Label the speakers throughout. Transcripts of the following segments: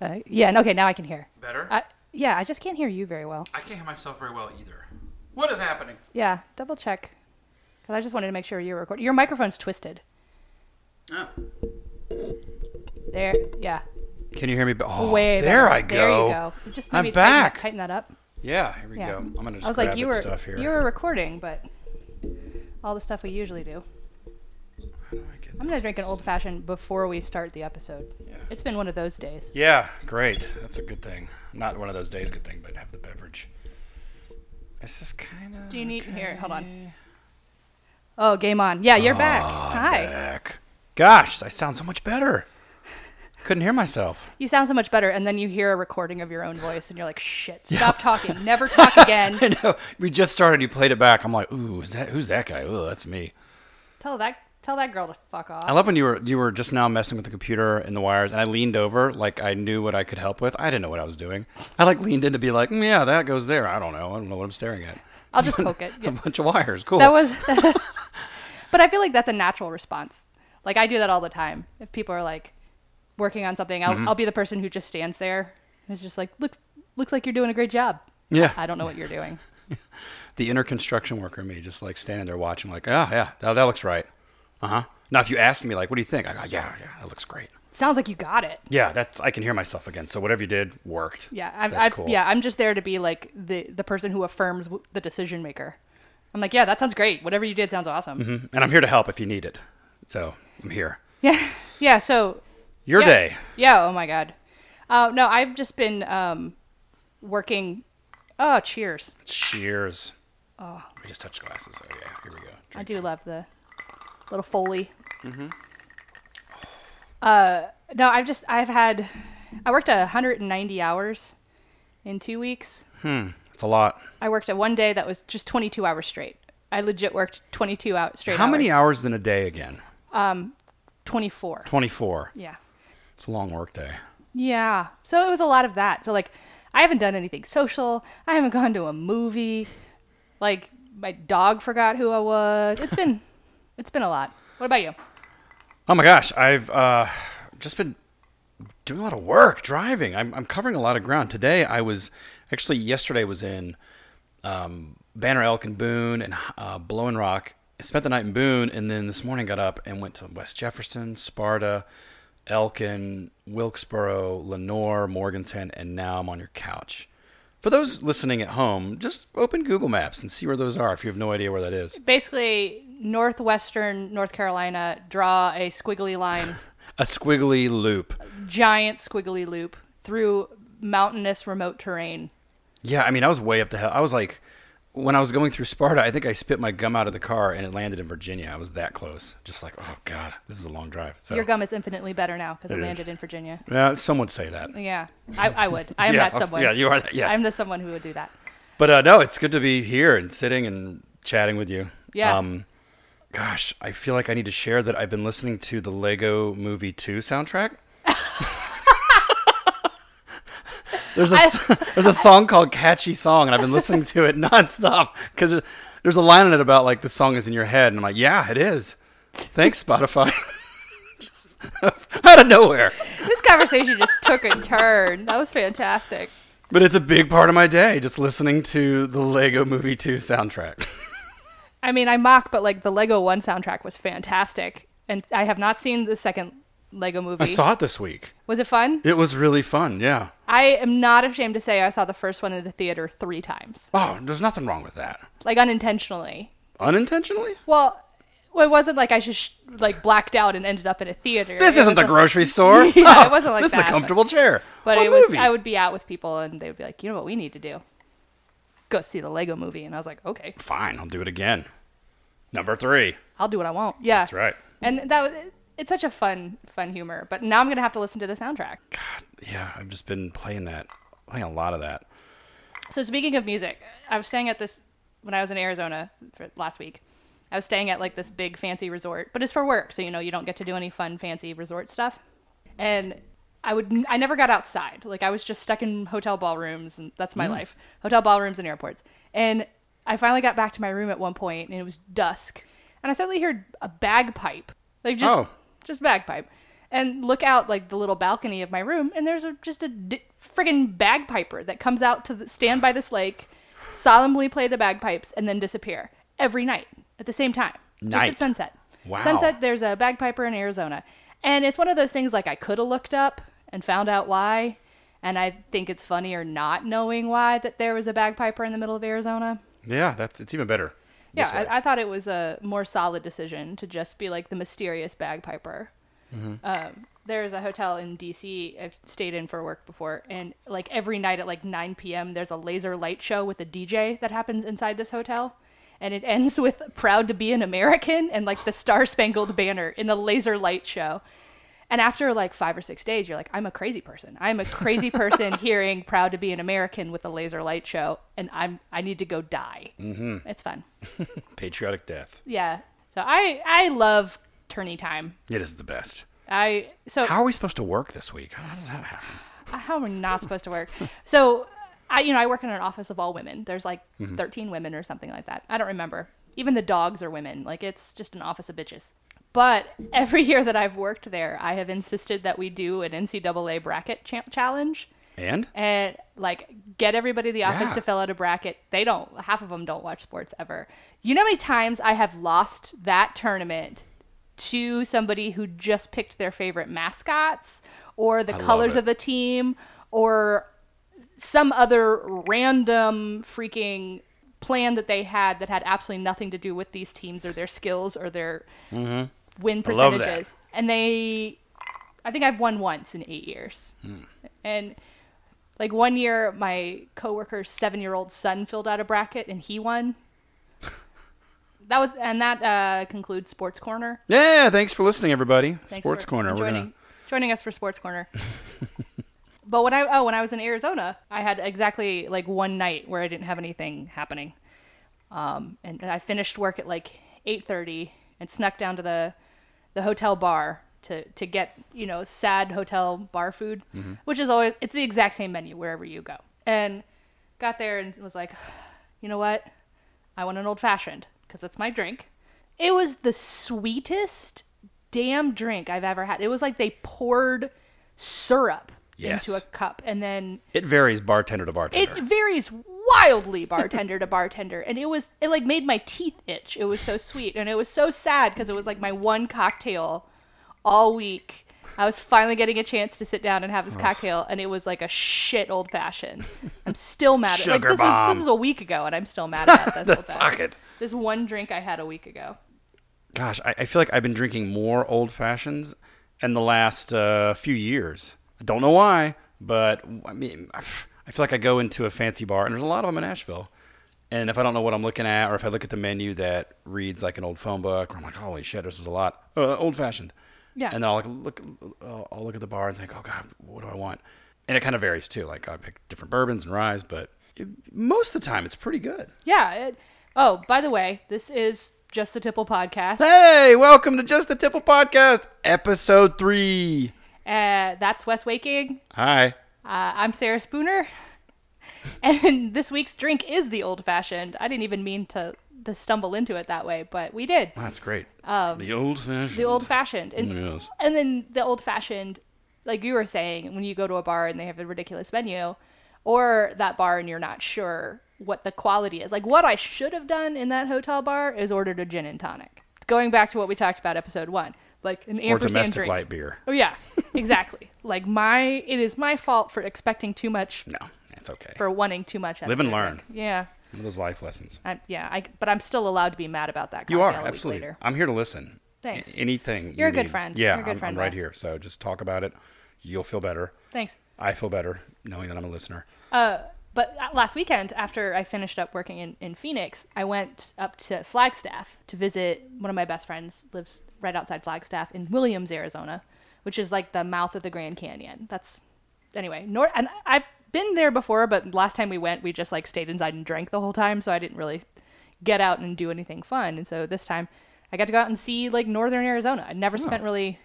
Speaker 1: Uh, yeah. and- Okay. Now I can hear.
Speaker 2: Better?
Speaker 1: I, yeah. I just can't hear you very well.
Speaker 2: I can't hear myself very well either. What is happening?
Speaker 1: Yeah. Double check. Because I just wanted to make sure you're recording. Your microphone's twisted.
Speaker 2: Oh.
Speaker 1: There. Yeah.
Speaker 2: Can you hear me? Be- oh,
Speaker 1: Way.
Speaker 2: there
Speaker 1: better.
Speaker 2: I go.
Speaker 1: There you go. You Just
Speaker 2: I'm
Speaker 1: maybe tighten that-
Speaker 2: back.
Speaker 1: Tighten that, up.
Speaker 2: Yeah, here we
Speaker 1: Yeah.
Speaker 2: go. I'm gonna just
Speaker 1: I was
Speaker 2: grab
Speaker 1: like, you
Speaker 2: at
Speaker 1: were
Speaker 2: stuff here.
Speaker 1: you were recording, but all the stuff we usually do.
Speaker 2: How do I get
Speaker 1: I'm
Speaker 2: this?
Speaker 1: gonna drink an old fashioned before we start the episode.
Speaker 2: Yeah.
Speaker 1: It's been one of those days.
Speaker 2: Yeah, great. That's a good thing. Not one of those days, good thing, but have the beverage. This is kind of.
Speaker 1: Do you need- here, hold on. Oh, game on. Yeah, you're back. Hi.
Speaker 2: Back. Gosh, I sound so much better. Couldn't hear myself.
Speaker 1: You sound so much better, and then you hear a recording of your own voice, and you're like, "Shit, stop talking. Never talk again."
Speaker 2: I know. We just started. You played it back. I'm like, ooh, is that who's that guy? Oh, that's me.
Speaker 1: tell that tell that girl to fuck off.
Speaker 2: I love when you were you were just now messing with the computer and the wires, and I leaned over like I knew what I could help with. I didn't know what I was doing. I like leaned in to be like, mm, yeah, that goes there. I don't know. I don't know what I'm staring at.
Speaker 1: I'll just poke it.
Speaker 2: A
Speaker 1: Yeah.
Speaker 2: bunch of wires. Cool.
Speaker 1: That was, but I feel like that's a natural response. Like I do that all the time. If people are like working on something,
Speaker 2: Mm-hmm.
Speaker 1: I'll, I'll be the person who just stands there and is just like, "Looks looks like you're doing a great job."
Speaker 2: Yeah.
Speaker 1: I don't know what you're doing.
Speaker 2: the inner construction worker in me just like standing there watching, like, oh yeah, that, that looks right. Uh huh. Now, if you asked me, like, what do you think? I go, yeah, yeah, that looks great.
Speaker 1: Sounds like you got it.
Speaker 2: Yeah, that's I can hear myself again. So whatever you did worked.
Speaker 1: Yeah, I've,
Speaker 2: that's
Speaker 1: I've,
Speaker 2: cool.
Speaker 1: yeah, I'm just there to be like the the person who affirms w- the decision maker. I'm like, yeah, that sounds great. Whatever you did sounds awesome.
Speaker 2: Mhm. And I'm here to help if you need it. So I'm here.
Speaker 1: Yeah, yeah. So
Speaker 2: Your
Speaker 1: yeah.
Speaker 2: day.
Speaker 1: Yeah. Oh my god. Uh, no, I've just been um, working. Oh, cheers.
Speaker 2: Cheers.
Speaker 1: Ah.
Speaker 2: Oh. We just touched glasses. Oh yeah, here we go.
Speaker 1: I do love the little foley. Uh, no, I've just I've had I worked 190 hours in two weeks.
Speaker 2: It's a lot.
Speaker 1: I worked a one day that was just 22 hours straight. I legit worked 22 out straight.
Speaker 2: How many
Speaker 1: hours.
Speaker 2: hours in a day again?
Speaker 1: 24.
Speaker 2: 24.
Speaker 1: Yeah.
Speaker 2: It's a long work day.
Speaker 1: Yeah. So it was a lot of that. So like I haven't done anything social. I haven't gone to a movie. Like my dog forgot who I was. It's been it's been a lot. What about you?
Speaker 2: Oh my gosh, I've uh, just been doing a lot of work driving. I'm, I'm covering a lot of ground. Today I was actually yesterday was in um, Banner Elk and Boone and uh, Blowing Rock. I spent the night in Boone and then this morning got up and went to West Jefferson, Sparta, Elkin, Wilkesboro, Lenore, Morganton, and now I'm on your couch. For those listening at home, just open Google Maps and see where those are if you have no idea where that is.
Speaker 1: Basically northwestern North Carolina draw a squiggly line,
Speaker 2: A squiggly loop.
Speaker 1: giant squiggly loop through mountainous remote terrain.
Speaker 2: Yeah, I mean, I was way up the hill. I was like, when I was going through Sparta, I think I spit my gum out of the car and it landed in Virginia. I was that close. Just like, oh god, this is a long drive. So
Speaker 1: Your gum is infinitely better now because it
Speaker 2: It is.
Speaker 1: landed in Virginia.
Speaker 2: yeah, some would say that.
Speaker 1: Yeah. I, I would. I am
Speaker 2: yeah,
Speaker 1: that someone.
Speaker 2: Yeah, you are. That, yes.
Speaker 1: I'm the someone who would do that.
Speaker 2: But uh, no, it's good to be here and sitting and chatting with you.
Speaker 1: Yeah.
Speaker 2: Um, gosh, I feel like I need to share that I've been listening to the Lego Movie Two soundtrack. there's a there's a song called Catchy Song, and I've been listening to it nonstop because there's a line in it about like the song is in your head, and I'm like, yeah, it is. Thanks, Spotify. Just out of nowhere.
Speaker 1: This conversation just took a turn. That was fantastic.
Speaker 2: But it's a big part of my day, just listening to the Lego Movie 2 soundtrack.
Speaker 1: I mean, I mock, but like the Lego One soundtrack was fantastic, and I have not seen the second Lego movie.
Speaker 2: I saw it this week.
Speaker 1: was it fun?
Speaker 2: It was really fun, yeah.
Speaker 1: I am not ashamed to say I saw the first one in the theater three times,
Speaker 2: Oh, there's nothing wrong with that.
Speaker 1: like unintentionally.
Speaker 2: Unintentionally?
Speaker 1: Well, it wasn't like I just like blacked out and ended up in a theater.
Speaker 2: This
Speaker 1: It
Speaker 2: isn't the
Speaker 1: was a-
Speaker 2: grocery store. Oh,
Speaker 1: Yeah, it wasn't like
Speaker 2: this
Speaker 1: that,
Speaker 2: is
Speaker 1: but-
Speaker 2: a comfortable chair.
Speaker 1: But
Speaker 2: What
Speaker 1: it was.
Speaker 2: movie?
Speaker 1: I would be out with people, and they would be like, "You know what we need to do? Go see the Lego movie." And I was like, "Okay,
Speaker 2: Fine, I'll do it again. Number three.
Speaker 1: I'll do what I want." Yeah,
Speaker 2: That's right.
Speaker 1: And that was. It's such a fun, fun humor. But now I'm gonna have to listen to the soundtrack.
Speaker 2: Yeah, I've just been playing that, playing a lot of that.
Speaker 1: So speaking of music, I was staying at this when I was in Arizona for last week. I was staying at like this big fancy resort, but it's for work, so you know you don't get to do any fun fancy resort stuff. And I would I never got outside. Like I was just stuck in hotel ballrooms and that's my life. Hotel ballrooms and airports. And I finally got back to my room at one point and it was dusk. And I suddenly heard a bagpipe. Like just
Speaker 2: Oh.
Speaker 1: just bagpipe. and look out like the little balcony of my room, and there's a, just a d- friggin' bagpiper that comes out to the, stand by this lake, solemnly play the bagpipes, and then disappear every night at the same time, just
Speaker 2: Night.
Speaker 1: at sunset.
Speaker 2: Wow.
Speaker 1: Sunset, there's a bagpiper in Arizona, and it's one of those things like I could have looked up and found out why, and I think it's funnier not knowing why that there was a bagpiper in the middle of Arizona.
Speaker 2: Yeah, that's it's even better.
Speaker 1: Yeah,
Speaker 2: this way.
Speaker 1: I, I thought it was a more solid decision to just be like the mysterious bagpiper.
Speaker 2: Mm-hmm.
Speaker 1: Um, there's a hotel in DC I've stayed in for work before, and like every night at like 9 p.m., there's a laser light show with a DJ that happens inside this hotel. And it ends with Proud to be an American and like the Star Spangled Banner in the laser light show. And after like five or six days, you're like, I'm a crazy person. I'm a crazy person hearing Proud to be an American with a laser light show, and I'm I need to go die. Mm-hmm. It's fun.
Speaker 2: Patriotic death.
Speaker 1: Yeah. So I I love tourney time.
Speaker 2: It is the best.
Speaker 1: I so
Speaker 2: How are we supposed to work this week? How does that happen?
Speaker 1: how we're not supposed to work. So I you know I work in an office of all women. There's like 13 women or something like that. I don't remember. Even the dogs are women. Like it's just an office of bitches. But every year that I've worked there, I have insisted that we do an NCAA bracket cha- challenge
Speaker 2: And
Speaker 1: and like get everybody in the office
Speaker 2: Yeah.
Speaker 1: to fill out a bracket. They don't. Half of them don't watch sports ever. You know how many times I have lost that tournament to somebody who just picked their favorite mascots or the
Speaker 2: love
Speaker 1: colors
Speaker 2: it.
Speaker 1: of the team or some other random freaking plan that they had that had absolutely nothing to do with these teams or their skills or their win
Speaker 2: Mm-hmm. love that.
Speaker 1: percentages. And they, I think I've won once in eight years.
Speaker 2: Hmm.
Speaker 1: And like one year, my coworker's seven-year-old son filled out a bracket and he won. That was, and that uh, concludes Sports Corner.
Speaker 2: yeah, thanks for listening, everybody.
Speaker 1: Thanks
Speaker 2: Sports
Speaker 1: for
Speaker 2: Corner. We're
Speaker 1: joining
Speaker 2: gonna,
Speaker 1: joining us for Sports Corner. but when I oh when I was in Arizona, I had exactly like one night where I didn't have anything happening, um, and I finished work at like eight thirty and snuck down to the the hotel bar to to get you know sad hotel bar food, which is always it's the exact same menu wherever you go. And got there and was like, you know what, I want an old fashioned because that's my drink. It was the sweetest damn drink I've ever had. It was like they poured syrup
Speaker 2: Yes.
Speaker 1: into a cup and then
Speaker 2: it varies bartender to
Speaker 1: it
Speaker 2: bartender.
Speaker 1: varies wildly bartender to bartender and it was it like made my teeth itch it was so sweet and it was so sad because it was like my one cocktail all week i was finally getting a chance to sit down and have this cocktail and it was like a shit old fashioned i'm still mad at like
Speaker 2: Sugar
Speaker 1: this was
Speaker 2: bomb.
Speaker 1: this is a week ago and i'm still mad about this old
Speaker 2: Fuck
Speaker 1: fashioned
Speaker 2: it.
Speaker 1: this one drink i had a week ago
Speaker 2: Gosh, I, I feel like I've been drinking more old fashions in the last uh, few years. I don't know why, but I mean, I feel like I go into a fancy bar, and there's a lot of them in Asheville. And if I don't know what I'm looking at, or if I look at the menu that reads like an old phone book, I'm like, holy shit, this is a lot. Uh, old fashioned.
Speaker 1: Yeah.
Speaker 2: And then I'll like, look, I'll I'll look at the bar and think, oh god, what do I want? And it kind of varies too. Like I pick different bourbons and ryes, but it, most of the time it's pretty good.
Speaker 1: yeah it, oh by the way this is just the tipple podcast
Speaker 2: Hey, welcome to Just the Tipple Podcast, episode three.
Speaker 1: uh, that's wes waking
Speaker 2: Hi.
Speaker 1: Uh, I'm Sarah Spooner, and this week's drink is the old fashioned. I didn't even mean to, to stumble into it that way, but we did.
Speaker 2: That's great. the old fashioned.
Speaker 1: Um, The old fashioned. And,
Speaker 2: Yes.
Speaker 1: and then the old fashioned, like you were saying, when you go to a bar and they have a ridiculous menu, or that bar and you're not sure what the quality is. Like what I should have done in that hotel bar is ordered a gin and tonic. Going back to what we talked about episode one, like an
Speaker 2: or
Speaker 1: ampersand
Speaker 2: domestic
Speaker 1: drink.
Speaker 2: light beer.
Speaker 1: Oh yeah, exactly. like my, it is my fault for expecting too much
Speaker 2: No, that's okay.
Speaker 1: for wanting too much. out
Speaker 2: Live
Speaker 1: of
Speaker 2: and
Speaker 1: your
Speaker 2: learn.
Speaker 1: drink. Yeah,
Speaker 2: One of those life lessons.
Speaker 1: I, yeah. I, but I'm still allowed to be mad about that.
Speaker 2: You are
Speaker 1: cocktail a week
Speaker 2: absolutely.
Speaker 1: later.
Speaker 2: I'm here to listen.
Speaker 1: Thanks.
Speaker 2: A- anything.
Speaker 1: You're a
Speaker 2: you
Speaker 1: good
Speaker 2: need.
Speaker 1: friend.
Speaker 2: Yeah,
Speaker 1: You're a good
Speaker 2: I'm,
Speaker 1: friend,
Speaker 2: I'm right
Speaker 1: Wes.
Speaker 2: here. So just talk about it. You'll feel better.
Speaker 1: Thanks.
Speaker 2: I feel better knowing that I'm a listener.
Speaker 1: Uh, but uh, last weekend, after I finished up working in, in Phoenix, I went up to Flagstaff to visit one of my best friends. Lives right outside Flagstaff in Williams, Arizona, which is like the mouth of the Grand Canyon. That's anyway. Nor and I've been there before, but last time we went, we just like stayed inside and drank the whole time, so I didn't really get out and do anything fun. And so this time, I got to go out and see like northern Arizona. I never spent really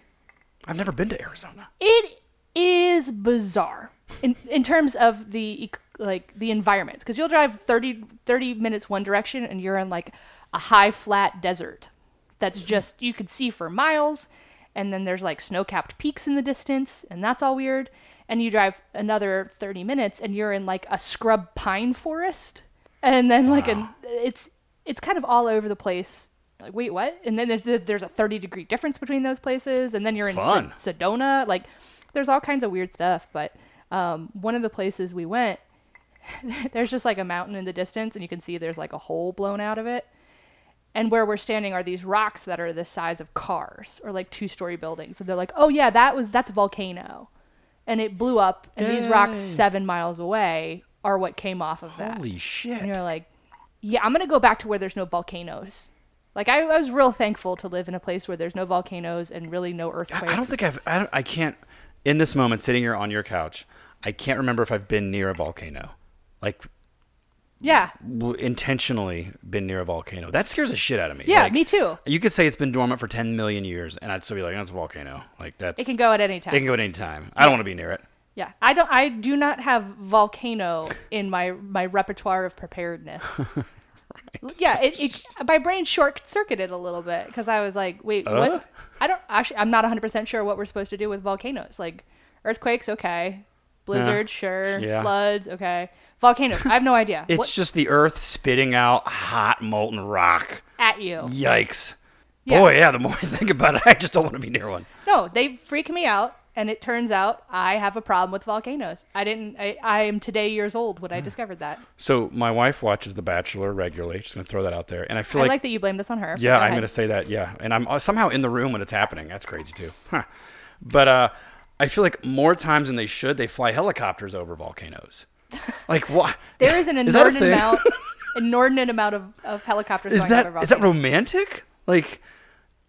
Speaker 2: I've never been to Arizona.
Speaker 1: it is bizarre in, in terms of the ec- like the environments because you'll drive 30, 30 minutes one direction and you're in like a high flat desert that's just you could see for miles and then there's like snow-capped peaks in the distance and that's all weird and you drive another 30 minutes and you're in like a scrub pine forest and then like an it's it's kind of all over the place like wait what and then there's a, there's a 30 degree difference between those places and then you're in
Speaker 2: Fun.
Speaker 1: Sed- sedona like there's all kinds of weird stuff but um, one of the places we went there's just like a mountain in the distance and you can see there's like a hole blown out of it and where we're standing are these rocks that are the size of cars or like two story buildings and they're like oh yeah that was that's a volcano and it blew up and these rocks
Speaker 2: Yay.
Speaker 1: seven miles away are what came off of that
Speaker 2: Holy shit.
Speaker 1: and you're like yeah i'm gonna go back to where there's no volcanoes like I, I was real thankful to live in a place where there's no volcanoes and really no earthquakes
Speaker 2: I don't think I've. I, don't, I can't. In this moment, sitting here on your couch, I can't remember if I've been near a volcano, like
Speaker 1: yeah
Speaker 2: w- intentionally been near a volcano. That scares the shit out of me.
Speaker 1: yeah
Speaker 2: Like,
Speaker 1: me too
Speaker 2: You could say it's been dormant for 10 million years, and I'd still be like, "That's a volcano." Like that's.
Speaker 1: it can go at any time
Speaker 2: It can go at any time. I don't want to be near it.
Speaker 1: Yeah, I don't. I do not have volcano in my my repertoire of preparedness. Yeah, it, it my brain short circuited a little bit because I was like, wait,
Speaker 2: Uh?
Speaker 1: what? I don't actually. I'm not 100 percent sure what we're supposed to do with volcanoes. Like earthquakes, okay. Blizzards, sure.
Speaker 2: Yeah.
Speaker 1: Floods, okay. Volcanoes, I have no idea.
Speaker 2: It's
Speaker 1: what
Speaker 2: just the Earth spitting out hot molten rock.
Speaker 1: at you?
Speaker 2: Yikes.
Speaker 1: Yeah.
Speaker 2: Boy, yeah. The more I think about it, I just don't want to be near one.
Speaker 1: No, they freak me out, and it turns out I have a problem with volcanoes. I didn't. I, I am today years old when
Speaker 2: Mm.
Speaker 1: I discovered that.
Speaker 2: So my wife watches The Bachelor regularly. Just gonna throw that out there, and I feel
Speaker 1: I
Speaker 2: like,
Speaker 1: like that you blame this on her.
Speaker 2: yeah,
Speaker 1: Go
Speaker 2: I'm
Speaker 1: ahead.
Speaker 2: gonna say that yeah, and I'm uh, somehow in the room when it's happening. That's crazy too. Huh. But uh, I feel like more times than they should, they fly helicopters over volcanoes. Like what?
Speaker 1: There is an
Speaker 2: Is that a
Speaker 1: inordinate
Speaker 2: thing?
Speaker 1: amount, inordinate amount of, of helicopters
Speaker 2: Is
Speaker 1: going over
Speaker 2: that
Speaker 1: volcanoes.
Speaker 2: is that romantic? Like,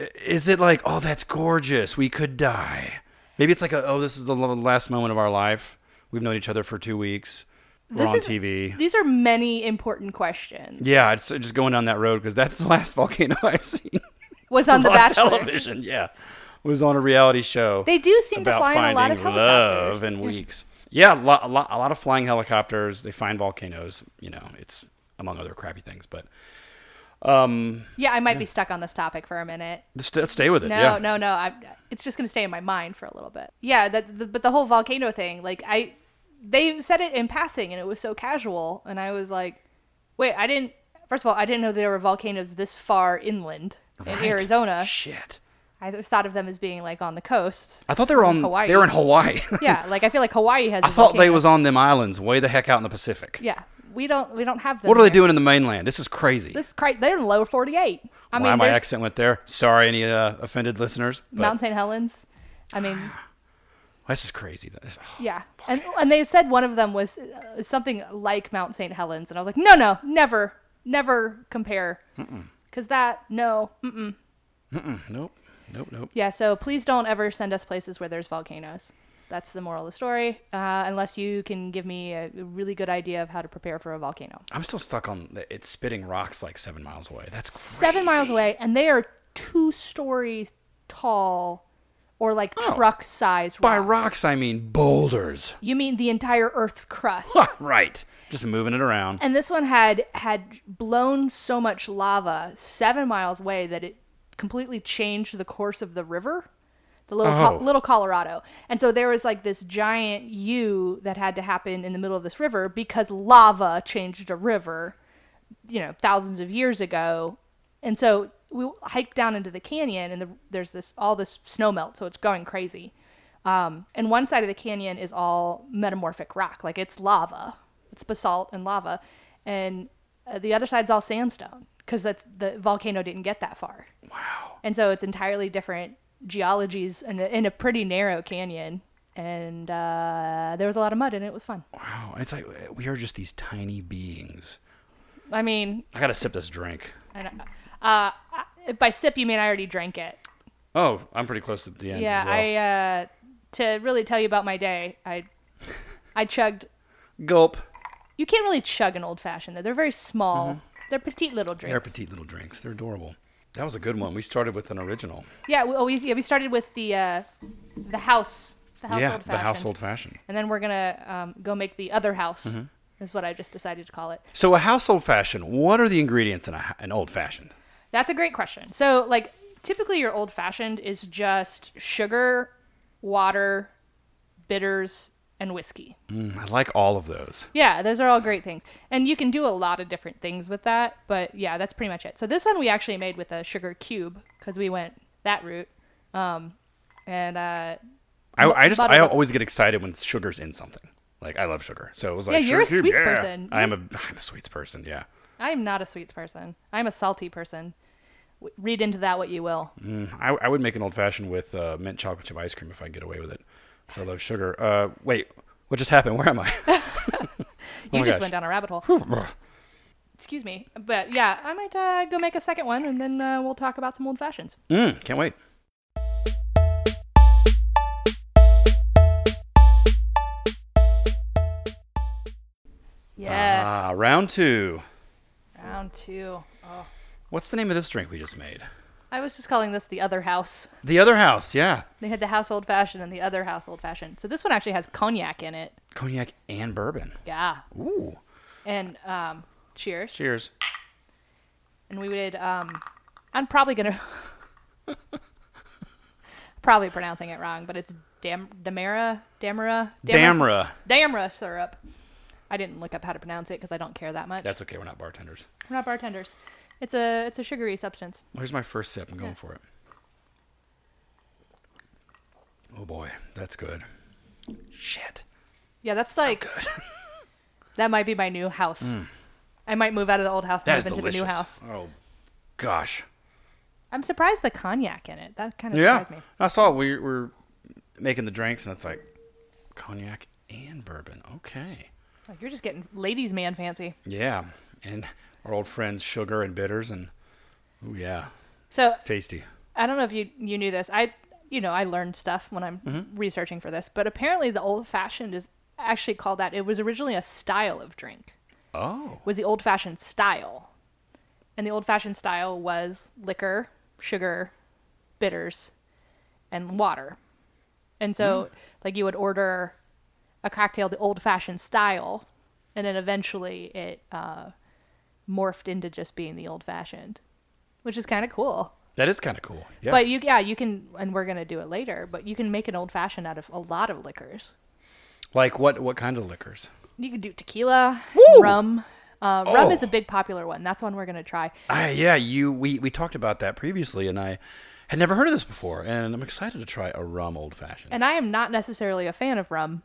Speaker 2: i- is it like oh that's gorgeous? We could die. Maybe it's like a, oh this is the l- last moment of our life. We've known each other for two weeks. We're
Speaker 1: This
Speaker 2: on
Speaker 1: is-
Speaker 2: TV.
Speaker 1: These are many important questions.
Speaker 2: Yeah, it's uh, just going down that road because that's the last volcano I've seen.
Speaker 1: Was on
Speaker 2: was
Speaker 1: The
Speaker 2: on
Speaker 1: Bachelor.
Speaker 2: television. Yeah, was on a reality show.
Speaker 1: They do seem to
Speaker 2: about
Speaker 1: fly in a lot of
Speaker 2: finding
Speaker 1: helicopters.
Speaker 2: love in weeks. Yeah, a lot, a lot, a lot of flying helicopters. They find volcanoes. You know, it's among other crappy things. But
Speaker 1: yeah, I might be stuck on this topic for a minute.
Speaker 2: just, let's stay with it.
Speaker 1: No,
Speaker 2: yeah.
Speaker 1: no, no. I, it's just going to stay in my mind for a little bit. Yeah, that, the, but the whole volcano thing, like I, they said it in passing, and it was so casual, and I was like, wait, I didn't. First of all, I didn't know there were volcanoes this far inland in
Speaker 2: Right.
Speaker 1: Arizona.
Speaker 2: Shit.
Speaker 1: I always thought of them as being like on the coast.
Speaker 2: I thought they were on.
Speaker 1: Hawaii.
Speaker 2: They were in Hawaii.
Speaker 1: Yeah, like I feel like Hawaii has.
Speaker 2: Hmm. I thought they was on them islands, way the heck out in the Pacific.
Speaker 1: Yeah, we don't we don't have them.
Speaker 2: What are they
Speaker 1: here.
Speaker 2: doing in the mainland? This is crazy.
Speaker 1: This cri- they're in lower forty eight. I
Speaker 2: Why
Speaker 1: mean,
Speaker 2: my
Speaker 1: there's
Speaker 2: accent went there? Sorry, any uh, offended listeners. But
Speaker 1: Mount St. Helens. I mean,
Speaker 2: this is crazy. This- oh,
Speaker 1: yeah, and and they said one of them was uh, something like Mount St. Helens, and I was like, no, no, never, never compare, because that no, mm.
Speaker 2: Nope. Nope. Nope.
Speaker 1: yeah. So please don't ever send us places where there's volcanoes. That's the moral of the story, uh, unless you can give me a really good idea of how to prepare for a volcano.
Speaker 2: I'm still stuck on the, it's spitting rocks like seven miles away. That's crazy.
Speaker 1: seven miles away, and they are two story tall or like truck size rocks.
Speaker 2: Oh. By rocks, I mean boulders.
Speaker 1: You mean the entire Earth's crust.
Speaker 2: right. Just moving it around.
Speaker 1: and this one had had blown so much lava seven miles away that it completely changed the course of the river. The little
Speaker 2: Oh.
Speaker 1: Col little Colorado, and so there was like this giant U that had to happen in the middle of this river because lava changed a river. you know thousands of years ago and so we hiked down into the canyon and the, there's this all this snow melt so it's going crazy um, and one side of the canyon is all metamorphic rock like it's lava it's basalt and lava and uh, the other side's all sandstone because that's the volcano didn't get that far
Speaker 2: Wow.
Speaker 1: and so it's entirely different geologies in, the, in a pretty narrow canyon and uh, there was a lot of mud and it was fun
Speaker 2: Wow. It's like uh, we are just these tiny beings.
Speaker 1: i mean
Speaker 2: I gotta sip this drink.
Speaker 1: I don't, uh, I- by sip you mean i already drank it
Speaker 2: Oh, I'm pretty close to the end.
Speaker 1: Yeah,
Speaker 2: as well.
Speaker 1: I uh, to really tell you about my day, I I chugged.
Speaker 2: gulp.
Speaker 1: You can't really chug an old fashioned though. They're very small. They're petite little drinks.
Speaker 2: Mm-hmm. They're petite little drinks. They're adorable. That was a good one. We started with an original.
Speaker 1: yeah, we, oh, we yeah, we started with the uh, the house, the house
Speaker 2: yeah,
Speaker 1: old
Speaker 2: the
Speaker 1: fashioned,
Speaker 2: household fashion.
Speaker 1: and then we're gonna um, go make the other house.
Speaker 2: Mm-hmm.
Speaker 1: Is what I just decided to call it.
Speaker 2: So a household fashion. What are the ingredients in a, h- an old fashioned?
Speaker 1: That's a great question. So, like, typically your old fashioned is just sugar, water, bitters, and whiskey.
Speaker 2: Mm, I like all of those.
Speaker 1: Yeah, those are all great things. And you can do a lot of different things with that, but yeah, that's pretty much it. So this one we actually made with a sugar cube because we went that route. Um, and uh,
Speaker 2: I, I just I
Speaker 1: buttermilk.
Speaker 2: always get excited when sugar's in something. Like I love sugar, so it was like
Speaker 1: Yeah, you're a
Speaker 2: sugar cube,
Speaker 1: sweets
Speaker 2: yeah.
Speaker 1: person.
Speaker 2: I am a I'm a sweets person. Yeah,
Speaker 1: I'm not a sweets person, I'm a salty person. W- read into that what you will.
Speaker 2: Mm, I, I would make an old fashioned with uh, mint chocolate chip ice cream if I could get away with it. So I love sugar. Uh, wait, what just happened? Where am I?
Speaker 1: You
Speaker 2: Oh my
Speaker 1: just
Speaker 2: gosh.
Speaker 1: went down a rabbit hole.
Speaker 2: All
Speaker 1: Excuse me. But yeah, I might uh, go make a second one and then uh, we'll talk about some old fashions.
Speaker 2: Mm, can't wait.
Speaker 1: Yes.
Speaker 2: Ah, round two.
Speaker 1: Round two. Oh.
Speaker 2: What's the name of this drink we just made?
Speaker 1: I was just calling this the other house.
Speaker 2: The other house. Yeah,
Speaker 1: They had the house old fashioned and the other house old fashioned. So this one actually has cognac in it.
Speaker 2: cognac and bourbon.
Speaker 1: Yeah.
Speaker 2: Ooh.
Speaker 1: And um, cheers.
Speaker 2: Cheers.
Speaker 1: And we would. Um, I'm probably gonna. probably pronouncing it wrong, but it's dam damara damara
Speaker 2: Damra.
Speaker 1: damara syrup. I didn't look up how to pronounce it because I don't care that much.
Speaker 2: That's okay. We're not bartenders.
Speaker 1: We're not bartenders. It's a it's a sugary substance.
Speaker 2: Well, Here's my first sip. I'm going for it. Oh boy, that's good. Shit.
Speaker 1: Yeah, that's like
Speaker 2: Good. Mm.
Speaker 1: that might be my new house. I might move out of the old house and
Speaker 2: That
Speaker 1: move
Speaker 2: is
Speaker 1: into
Speaker 2: delicious.
Speaker 1: the new house.
Speaker 2: Oh gosh.
Speaker 1: I'm surprised the cognac in it. That kind of
Speaker 2: Yeah.
Speaker 1: surprised me.
Speaker 2: I saw we were making the drinks and it's like cognac and bourbon. Okay.
Speaker 1: Like, you're just getting ladies' man fancy.
Speaker 2: Yeah. And our old friends sugar and bitters and oh yeah.
Speaker 1: So
Speaker 2: Tasty.
Speaker 1: I don't know if you you knew this. I you know I learned stuff when I'm researching for this, but apparently the old fashioned is actually called that. It was originally a style of drink.
Speaker 2: Oh.
Speaker 1: Was the old fashioned style, and the old fashioned style was liquor, sugar, bitters, and water. And so like you would order a cocktail the old fashioned style, and then eventually it uh, morphed into just being the old fashioned, which is kind of cool.
Speaker 2: That is kind of cool. Yeah.
Speaker 1: But you, yeah, you can, and we're gonna do it later. But you can make an old fashioned out of a lot of liquors.
Speaker 2: like what what kinds of liquors?
Speaker 1: You can do tequila,
Speaker 2: Woo!
Speaker 1: rum. Uh, Rum is a
Speaker 2: Oh.
Speaker 1: big popular one. That's one we're gonna try.
Speaker 2: Ah, yeah, you we we talked about that previously, and I had never heard of this before, and I'm excited to try a rum old fashioned.
Speaker 1: And I am not necessarily a fan of rum.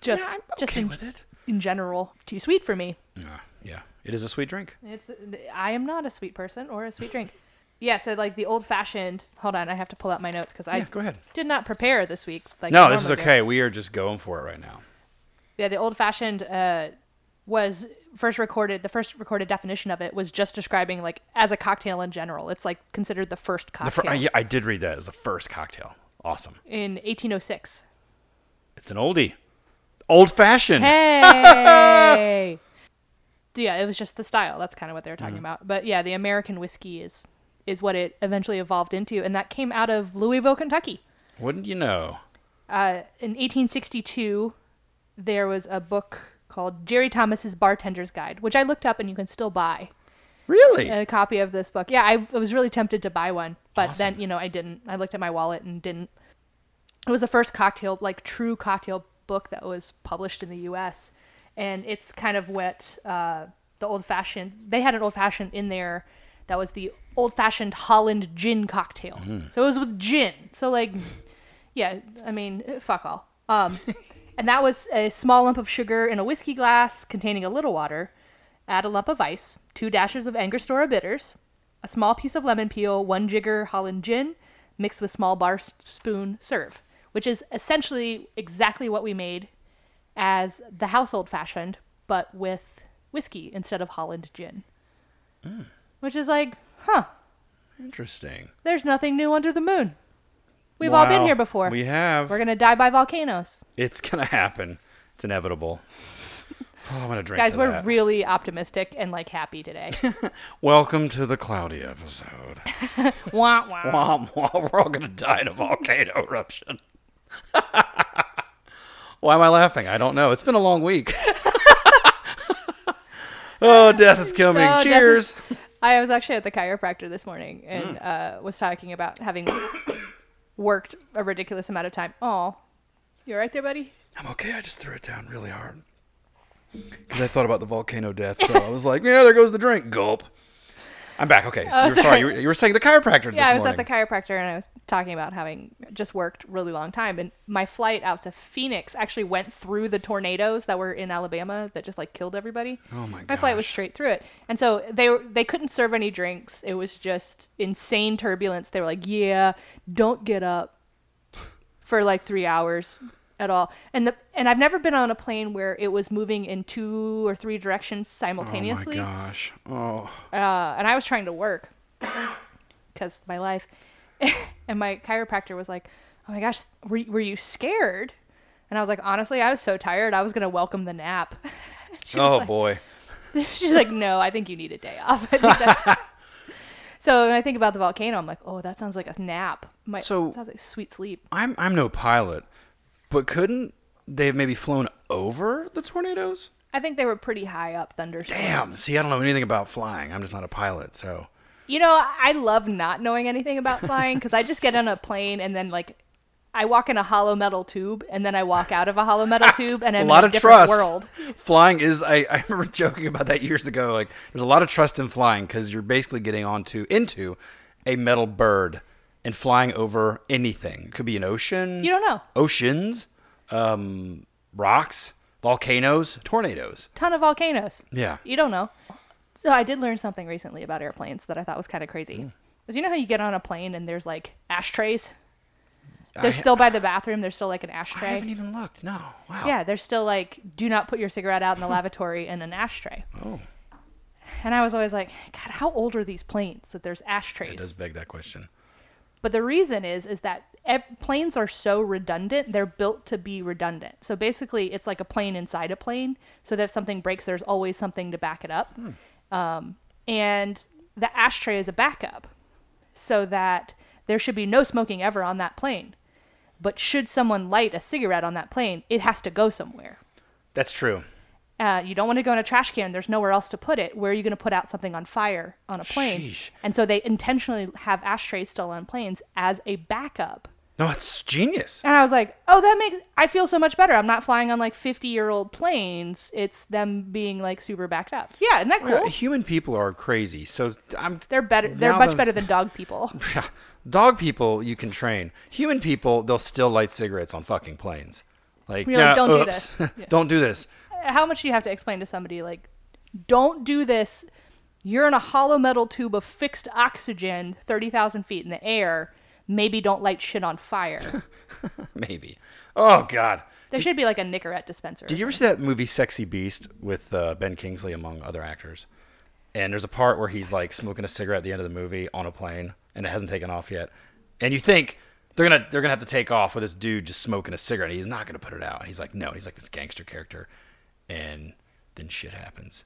Speaker 1: Just,
Speaker 2: I'm
Speaker 1: just
Speaker 2: okay
Speaker 1: in,
Speaker 2: with it.
Speaker 1: in general, too sweet for me.
Speaker 2: Yeah, yeah, it is a sweet drink.
Speaker 1: It's I am not a sweet person or a sweet drink. Yeah, so like the old fashioned. Hold on, I have to pull out my notes because I
Speaker 2: Yeah, go ahead.
Speaker 1: did not prepare this week. Like I
Speaker 2: No, this is
Speaker 1: normally do.
Speaker 2: okay. We are just going for it right now.
Speaker 1: Yeah, the old fashioned uh, was first recorded. The first recorded definition of it was just describing like as a cocktail in general. It's like considered the first
Speaker 2: The
Speaker 1: cocktail
Speaker 2: fir- I, yeah, I did read that. It was the first cocktail. Awesome.
Speaker 1: in 1806.
Speaker 2: It's an oldie, old fashioned.
Speaker 1: Hey. yeah, it was just the style. That's kind of what they were talking
Speaker 2: Mm-hmm.
Speaker 1: about. But yeah, the American whiskey is is what it eventually evolved into, and that came out of Louisville, Kentucky.
Speaker 2: Wouldn't you know?
Speaker 1: Uh, in 1862, there was a book called Jerry Thomas's Bartender's Guide, which I looked up, and you can still buy.
Speaker 2: Really?
Speaker 1: a copy of this book. Yeah, I, I was really tempted to buy one, but then you know I didn't. I looked at my wallet and didn't. It was the first cocktail, like true cocktail book that was published in the U.S., and it's kind of what uh, the old fashioned. They had an old fashioned in there that was the old fashioned Holland gin cocktail. So it was with gin. So like, yeah, I mean, fuck all. Um, and that was a small lump of sugar in a whiskey glass containing a little water. Add a lump of ice, two dashes of Angostura bitters, a small piece of lemon peel, one jigger Holland gin, mixed with small bar s- spoon. Serve, which is essentially exactly what we made as the household fashioned, but with whiskey instead of Holland gin.
Speaker 2: Mm.
Speaker 1: Which is like, huh?
Speaker 2: Interesting.
Speaker 1: There's nothing new under the moon. We've all been
Speaker 2: Wow.
Speaker 1: here before.
Speaker 2: We have.
Speaker 1: We're gonna die by volcanoes.
Speaker 2: It's gonna happen. It's inevitable. Oh, I'm gonna drink.
Speaker 1: Guys,
Speaker 2: to
Speaker 1: we're
Speaker 2: that.
Speaker 1: really optimistic and like happy today.
Speaker 2: Welcome to the cloudy episode.
Speaker 1: wah, wah.
Speaker 2: Mom, we're all gonna die in a volcano eruption. Why am I laughing? I don't know. It's been a long week. oh, death is coming.
Speaker 1: Oh, death
Speaker 2: Cheers.
Speaker 1: I was actually at the chiropractor this morning and uh, was talking about having worked a ridiculous amount of time. Oh, you all right there, buddy?
Speaker 2: I'm okay. I just threw it down really hard because I thought about the volcano death. So I was like, yeah, there goes the drink. Gulp. I'm back. Okay.
Speaker 1: Oh,
Speaker 2: you were, sorry.
Speaker 1: sorry.
Speaker 2: You, were, you were saying the chiropractor.
Speaker 1: Yeah,
Speaker 2: this
Speaker 1: I was
Speaker 2: morning.
Speaker 1: at the chiropractor and I was talking about having just worked really long time. And my flight out to Phoenix actually went through the tornadoes that were in Alabama that just like killed everybody.
Speaker 2: Oh my
Speaker 1: My flight was
Speaker 2: gosh.
Speaker 1: straight through it, and so they were- they couldn't serve any drinks. It was just insane turbulence. They were like, "Yeah, don't get up for like three hours." At all, and the and I've never been on a plane where it was moving in two or three directions simultaneously
Speaker 2: Oh my gosh. Oh.
Speaker 1: uh, and I was trying to work because my life. and my chiropractor was like, "Oh my gosh, were were you scared?" And I was like, "Honestly, I was so tired. I was gonna welcome the nap." she was
Speaker 2: Oh
Speaker 1: like,
Speaker 2: boy.
Speaker 1: She's like, "No, I think you need a day off." I think that's... so when I think about the volcano, I'm like, "Oh, that sounds like a nap. My
Speaker 2: So-
Speaker 1: sounds like sweet sleep."
Speaker 2: I'm I'm no pilot, but couldn't they have maybe flown over the tornadoes?
Speaker 1: I think they were pretty high up thunderstorms.
Speaker 2: Damn. See, I don't know anything about flying. I'm just not a pilot, so.
Speaker 1: You know, I love not knowing anything about flying because I just get on a plane and then like I walk in a hollow metal tube and then I walk out of a hollow metal tube and I'm
Speaker 2: a
Speaker 1: in
Speaker 2: lot
Speaker 1: a
Speaker 2: of
Speaker 1: different
Speaker 2: trust.
Speaker 1: world.
Speaker 2: Flying is. I, I remember joking about that years ago. Like, there's a lot of trust in flying because you're basically getting onto into a metal bird and flying over anything. It could be an ocean.
Speaker 1: You don't know.
Speaker 2: Oceans, um, rocks, volcanoes, tornadoes.
Speaker 1: Ton of volcanoes.
Speaker 2: Yeah.
Speaker 1: You don't know. So I did learn something recently about airplanes that I thought was kind of
Speaker 2: Mm.
Speaker 1: crazy. Because you know how you get on a plane and there's like ashtrays? They're
Speaker 2: I-
Speaker 1: still by the bathroom. There's still like an
Speaker 2: I haven't
Speaker 1: ashtray.
Speaker 2: even looked. No. Wow.
Speaker 1: Yeah, there's still like, do not put your cigarette out in the lavatory in an ashtray.
Speaker 2: Oh,
Speaker 1: And I was always like, God, how old are these planes that there's ashtrays?
Speaker 2: it does beg that question.
Speaker 1: But the reason is is that ev- planes are so redundant; they're built to be redundant. So basically, it's like a plane inside a plane. So that if something breaks, there's always something to back it up.
Speaker 2: Hmm.
Speaker 1: Um, and the ashtray is a backup, so that there should be no smoking ever on that plane. But should someone light a cigarette on that plane, it has to go somewhere.
Speaker 2: That's true.
Speaker 1: Uh, you don't want to go in a trash can. There's nowhere else to put it. Where are you going to put out something on fire on a plane?
Speaker 2: Sheesh.
Speaker 1: And so they intentionally have ashtrays still on planes as a backup.
Speaker 2: No, it's genius.
Speaker 1: And I was like, oh, that makes, I feel so much better. I'm not flying on like 50 year old planes. It's them being like super backed up. Yeah, isn't that cool?
Speaker 2: Human people are crazy, so I'm.
Speaker 1: They're better. They're
Speaker 2: Now
Speaker 1: much
Speaker 2: the-
Speaker 1: better than dog people.
Speaker 2: Yeah. Dog people you can train. Human people, they'll still light cigarettes on fucking planes. Like,
Speaker 1: You're like,
Speaker 2: "No,
Speaker 1: "Don't do
Speaker 2: oops.
Speaker 1: this." Yeah.
Speaker 2: don't do this.
Speaker 1: How much do you have to explain to somebody, like, don't do this? You're in a hollow metal tube of fixed oxygen 30,000 feet in the air. Maybe don't light shit on fire.
Speaker 2: Maybe. Oh God.
Speaker 1: There should be like a Nicorette dispenser.
Speaker 2: Did you ever see that movie Sexy Beast with uh, Ben Kingsley among other actors? And there's a part where he's like smoking a cigarette at the end of the movie on a plane, and it hasn't taken off yet. And you think they're gonna they're gonna have to take off with this dude just smoking a cigarette. He's not gonna put it out. He's like, no. He's like this gangster character, and then shit happens.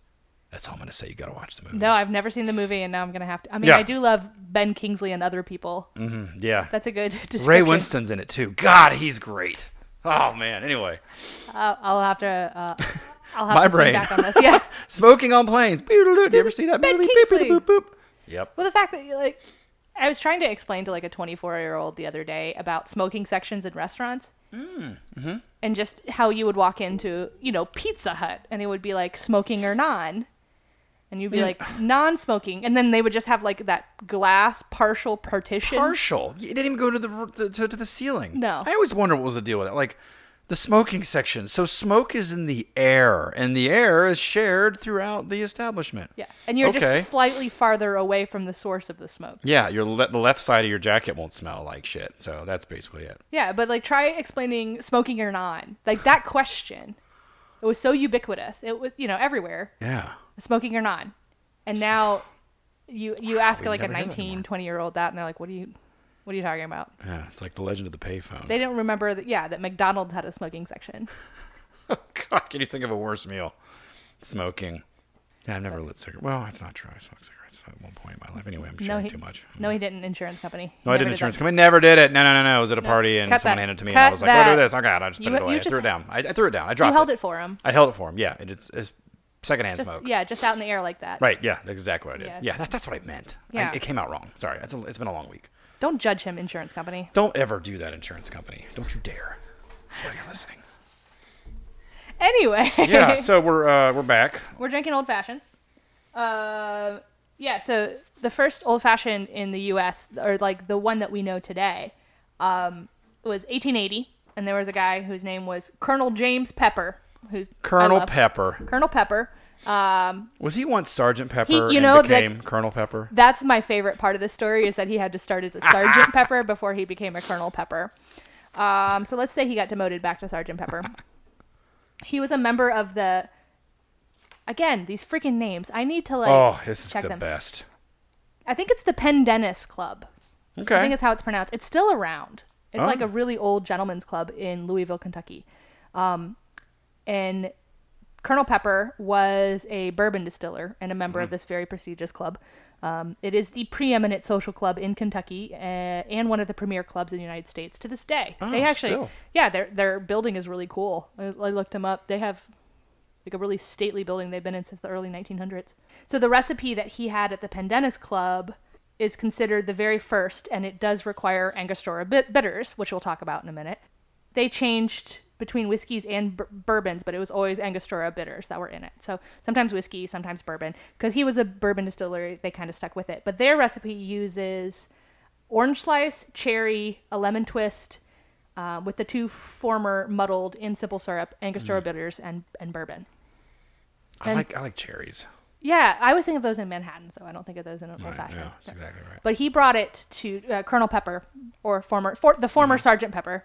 Speaker 2: That's all I'm gonna say. You gotta watch the movie.
Speaker 1: no, I've never seen the movie, and now I'm gonna have to. I mean,
Speaker 2: Yeah.
Speaker 1: I do love Ben Kingsley and other people.
Speaker 2: Mm, Yeah.
Speaker 1: That's a good description.
Speaker 2: Ray Winston's in it too. God, he's great. Oh man. Anyway,
Speaker 1: Uh, I'll have to. Uh, I'll have
Speaker 2: My
Speaker 1: to swing
Speaker 2: brain.
Speaker 1: back on this. Yeah.
Speaker 2: smoking on planes. Did you ever see that
Speaker 1: Ben
Speaker 2: movie?
Speaker 1: Kingsley.
Speaker 2: Boop, boop, boop, boop. Yep.
Speaker 1: Well, the fact that like, I was trying to explain to like a 24 year old the other day about smoking sections in restaurants, mm, mm-hmm. and just how you would walk into you know Pizza Hut and it would be like smoking or non, and you'd be like non-smoking, and then they would just have like that glass partial partition.
Speaker 2: Partial. It didn't even go to the, r- the to, to the ceiling.
Speaker 1: No.
Speaker 2: I always wonder what was the deal with it. Like the smoking section. So smoke is in the air, and the air is shared throughout the establishment.
Speaker 1: Yeah, and you're
Speaker 2: Okay.
Speaker 1: just slightly farther away from the source of the smoke.
Speaker 2: Yeah, your le- the left side of your jacket won't smell like shit. So that's basically it.
Speaker 1: Yeah, but like try explaining smoking or non. Like that question, it was so ubiquitous. It was you know everywhere,
Speaker 2: Yeah.
Speaker 1: smoking or non. And now you you ask
Speaker 2: we
Speaker 1: like a
Speaker 2: never hear that
Speaker 1: 19,
Speaker 2: anymore.
Speaker 1: 20 year old that, and they're like, what are you, what are you talking about?
Speaker 2: Yeah. It's like the legend of the payphone.
Speaker 1: They don't remember that. Yeah, that McDonald's had a smoking section.
Speaker 2: God, can you think of a worse meal? Smoking. Yeah, I've never lit cigarettes. Well, that's not true. I smoked cigarettes at one point in my life. Anyway, I'm
Speaker 1: No,
Speaker 2: sharing
Speaker 1: he
Speaker 2: too much.
Speaker 1: No, he didn't. Insurance company. He
Speaker 2: No, I
Speaker 1: never
Speaker 2: did
Speaker 1: did
Speaker 2: insurance
Speaker 1: that.
Speaker 2: company. Never did it. No, no, no, no. I was at a party and
Speaker 1: cut
Speaker 2: someone
Speaker 1: that.
Speaker 2: handed it to me,
Speaker 1: Cut
Speaker 2: and I was like, "What
Speaker 1: that.
Speaker 2: do this? Oh God, I just put
Speaker 1: You-
Speaker 2: it away.
Speaker 1: you
Speaker 2: I threw
Speaker 1: just-
Speaker 2: it down. I, I threw it down. I dropped
Speaker 1: You held
Speaker 2: it.
Speaker 1: it for him.
Speaker 2: I held it for him. Yeah, it, it's, it's secondhand
Speaker 1: Just,
Speaker 2: smoke.
Speaker 1: yeah, just out in the air like that.
Speaker 2: Right. Yeah. That's exactly what I did.
Speaker 1: Yeah.
Speaker 2: Yeah. that, that's what I meant. I-
Speaker 1: Yeah.
Speaker 2: it came out wrong. Sorry. It's, a, it's been a long week.
Speaker 1: Don't judge him, insurance company.
Speaker 2: Don't ever do that, insurance company. Don't you dare. Why are you listening?
Speaker 1: Anyway.
Speaker 2: Yeah. So we're uh, we're back.
Speaker 1: We're drinking old fashions. Uh, yeah, so the first old fashioned in the U.S. or like the one that we know today um, was 1880, and there was a guy whose name was Colonel James Pepper, who's I
Speaker 2: Colonel
Speaker 1: love-
Speaker 2: Pepper.
Speaker 1: Colonel Pepper. Um,
Speaker 2: Was he once Sergeant Pepper
Speaker 1: you
Speaker 2: and
Speaker 1: know, the-
Speaker 2: became Colonel Pepper?
Speaker 1: that's my favorite part of the story is that he had to start as a Sergeant Pepper before he became a Colonel Pepper. Um, so let's say he got demoted back to Sergeant Pepper. he was a member of the. Again, these freaking names. I need to like
Speaker 2: Oh, this is
Speaker 1: check
Speaker 2: the
Speaker 1: them.
Speaker 2: best.
Speaker 1: I think it's the Penn Dennis Club. I think
Speaker 2: Okay.
Speaker 1: it's how it's pronounced. It's still around. It's like
Speaker 2: Oh.
Speaker 1: a really old gentleman's club in Louisville, Kentucky. Um, and Colonel Pepper was a bourbon distiller and a member
Speaker 2: Mm-hmm.
Speaker 1: of this very prestigious club. Um, it is the preeminent social club in Kentucky uh, and one of the premier clubs in the United States to this day. they actually,
Speaker 2: Oh, still.
Speaker 1: yeah, their their building is really cool. I, I looked them up. They have like a really stately building they've been in since the early 1900s. So the recipe that he had at the Pendennis Club is considered the very first, and it does require Angostura bit- bitters, which we'll talk about in a minute. They changed between whiskeys and bur- bourbons, but it was always Angostura bitters that were in it. So sometimes whiskey, sometimes bourbon. Because he was a bourbon distiller, they kind of stuck with it. But their recipe uses orange slice, cherry, a lemon twist, uh, with the two former muddled in simple syrup, Angostura bitters, and, and bourbon.
Speaker 2: I like I like cherries.
Speaker 1: Yeah, I always think of those in Manhattan, so I don't think of those in an old fashioned.
Speaker 2: Yeah, that's exactly right.
Speaker 1: But he brought it to uh, Colonel Pepper, or former for, the
Speaker 2: Mm.
Speaker 1: former Sergeant Pepper,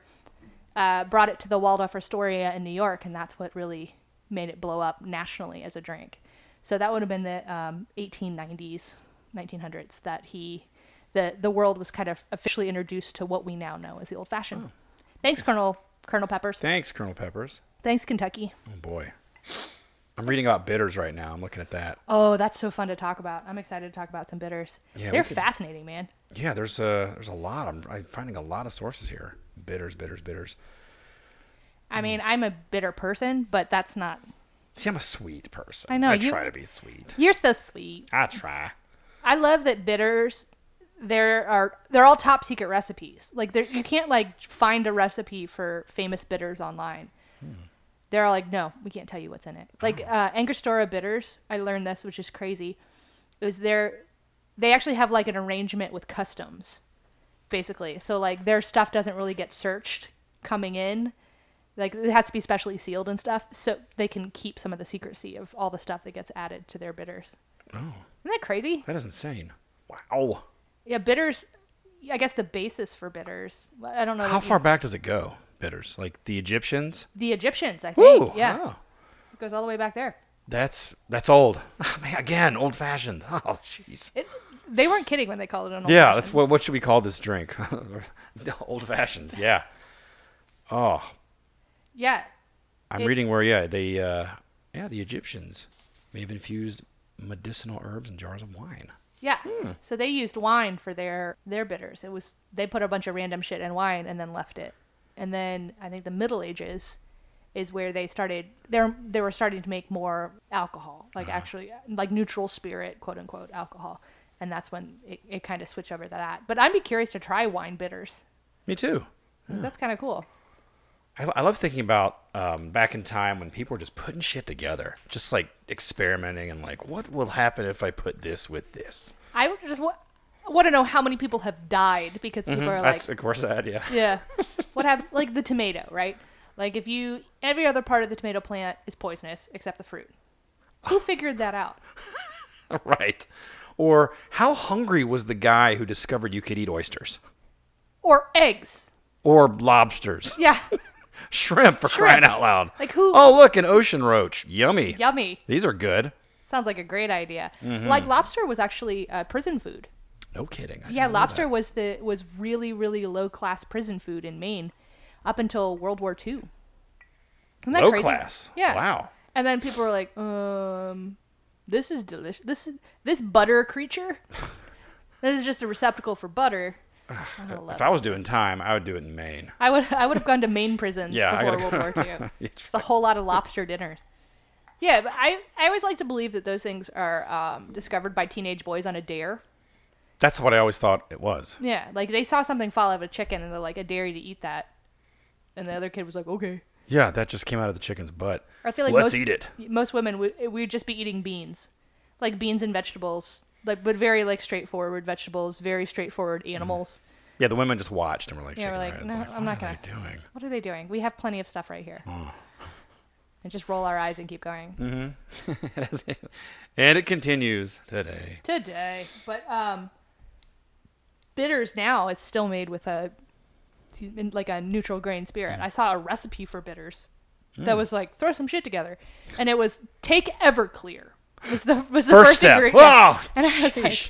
Speaker 1: uh, brought it to the Waldorf Astoria in New York, and that's what really made it blow up nationally as a drink. So that would have been the um, 1890s, 1900s that he, the the world was kind of officially introduced to what we now know as the old fashioned.
Speaker 2: Oh.
Speaker 1: Thanks, Colonel Colonel Peppers.
Speaker 2: Thanks, Colonel Peppers.
Speaker 1: Thanks, Kentucky.
Speaker 2: Oh boy. I'm reading about bitters right now. I'm looking at that.
Speaker 1: Oh, that's so fun to talk about. I'm excited to talk about some bitters.
Speaker 2: Yeah, we
Speaker 1: They're
Speaker 2: could-
Speaker 1: fascinating, man.
Speaker 2: Yeah, there's a there's a lot. I'm, I'm finding a lot of sources here. Bitters, bitters, bitters.
Speaker 1: I mean, I'm a bitter person, but that's not.
Speaker 2: See, I'm a sweet person.
Speaker 1: I know,
Speaker 2: I
Speaker 1: you-
Speaker 2: try to be sweet.
Speaker 1: You're so sweet.
Speaker 2: I try.
Speaker 1: I love that bitters. There are they're all top secret recipes. Like there, you can't like find a recipe for famous bitters online. They're all like, no, we can't tell you what's in it. Like uh, Angostura bitters, I learned this, which is crazy. Is there? They actually have like an arrangement with customs, basically. So like their stuff doesn't really get searched coming in. Like it has to be specially sealed and stuff, so they can keep some of the secrecy of all the stuff that gets added to their bitters.
Speaker 2: Oh,
Speaker 1: Isn't that crazy?
Speaker 2: that is insane. Wow.
Speaker 1: Yeah, bitters. I guess the basis for bitters. well, I don't know.
Speaker 2: How
Speaker 1: what you-
Speaker 2: far back does it go? Bitters, like the Egyptians.
Speaker 1: The Egyptians, I think.
Speaker 2: Ooh,
Speaker 1: yeah,
Speaker 2: wow.
Speaker 1: it goes all the way back there.
Speaker 2: That's that's old. Ah, man, again, old fashioned. Oh, jeez.
Speaker 1: It, they weren't kidding when they called it an old.
Speaker 2: Yeah,
Speaker 1: fashioned.
Speaker 2: that's what. What should we call this drink? old fashioned. Yeah. Oh,
Speaker 1: yeah.
Speaker 2: I'm
Speaker 1: It-
Speaker 2: reading where yeah they uh, yeah the Egyptians may have infused medicinal herbs in jars of wine.
Speaker 1: Yeah.
Speaker 2: Hmm.
Speaker 1: So they used wine for their their bitters. It was they put a bunch of random shit in wine and then left it. And then I think the Middle Ages is where they started they they were starting to make more alcohol, like
Speaker 2: Uh-huh.
Speaker 1: actually like neutral spirit, quote unquote, alcohol. And that's when it, it kind of switched over to that. But I'd be curious to try wine bitters.
Speaker 2: Me too. Hmm.
Speaker 1: That's kind of cool.
Speaker 2: I, I love thinking about um, back in time when people were just putting shit together, just like experimenting and like what will happen if I put this with this.
Speaker 1: I would just want, want to know how many people have died because people are like,
Speaker 2: Mm-hmm, That's of course that yeah.
Speaker 1: yeah, what have like the tomato, right? Like if you every other part of the tomato plant is poisonous except the fruit. Who figured that out?
Speaker 2: right. Or how hungry was the guy who discovered you could eat oysters
Speaker 1: Or eggs?
Speaker 2: or lobsters,
Speaker 1: Yeah,
Speaker 2: shrimp for crying out loud?
Speaker 1: Like, who-
Speaker 2: Oh look, an ocean roach. Yummy.
Speaker 1: yummy.
Speaker 2: These are good.
Speaker 1: Sounds like a great idea.
Speaker 2: Mm-hmm.
Speaker 1: Like lobster was actually uh, prison food.
Speaker 2: No kidding. I
Speaker 1: Yeah,
Speaker 2: didn't know that.
Speaker 1: lobster was the was really really low class prison food in Maine, up until World War II. Isn't that
Speaker 2: Low
Speaker 1: crazy?
Speaker 2: class.
Speaker 1: Yeah.
Speaker 2: Wow.
Speaker 1: And then people were like, um, this is delicious. This this butter creature. this is just a receptacle for butter. I don't love
Speaker 2: If I was doing time, I would do it in Maine.
Speaker 1: it. I would I would have gone to Maine prisons
Speaker 2: Yeah, I
Speaker 1: before
Speaker 2: gotta
Speaker 1: World War II.
Speaker 2: It's
Speaker 1: It's a whole lot of lobster dinners. Yeah, but I, I always like to believe that those things are um, discovered by teenage boys on a dare.
Speaker 2: That's what I always thought it was.
Speaker 1: Yeah, like they saw something fall out of a chicken and they're like, I dare you to eat that. And the other kid was like, okay.
Speaker 2: Yeah, that just came out of the chicken's butt.
Speaker 1: I feel like
Speaker 2: let's
Speaker 1: most-
Speaker 2: eat it.
Speaker 1: Most women would we would just be eating beans, like beans and vegetables, like but very like straightforward vegetables, very straightforward
Speaker 2: Mm-hmm.
Speaker 1: animals.
Speaker 2: Yeah, the women just watched and were like,
Speaker 1: Yeah, we're
Speaker 2: shaking
Speaker 1: like,
Speaker 2: their heads,
Speaker 1: "No, I'm
Speaker 2: what
Speaker 1: not
Speaker 2: are they doing?
Speaker 1: What are they doing? We have plenty of stuff right here.
Speaker 2: Oh.
Speaker 1: And just roll our eyes and keep going.
Speaker 2: Mm. and it continues today.
Speaker 1: today. But um, bitters now it's still made with a in like a neutral grain spirit.
Speaker 2: Mm.
Speaker 1: I saw a recipe for bitters that was like throw some shit together, and it was take Everclear was the was the
Speaker 2: First
Speaker 1: first,
Speaker 2: step.
Speaker 1: ingredient. Yeah.
Speaker 2: Wow.
Speaker 1: And I was like,
Speaker 2: Sheesh.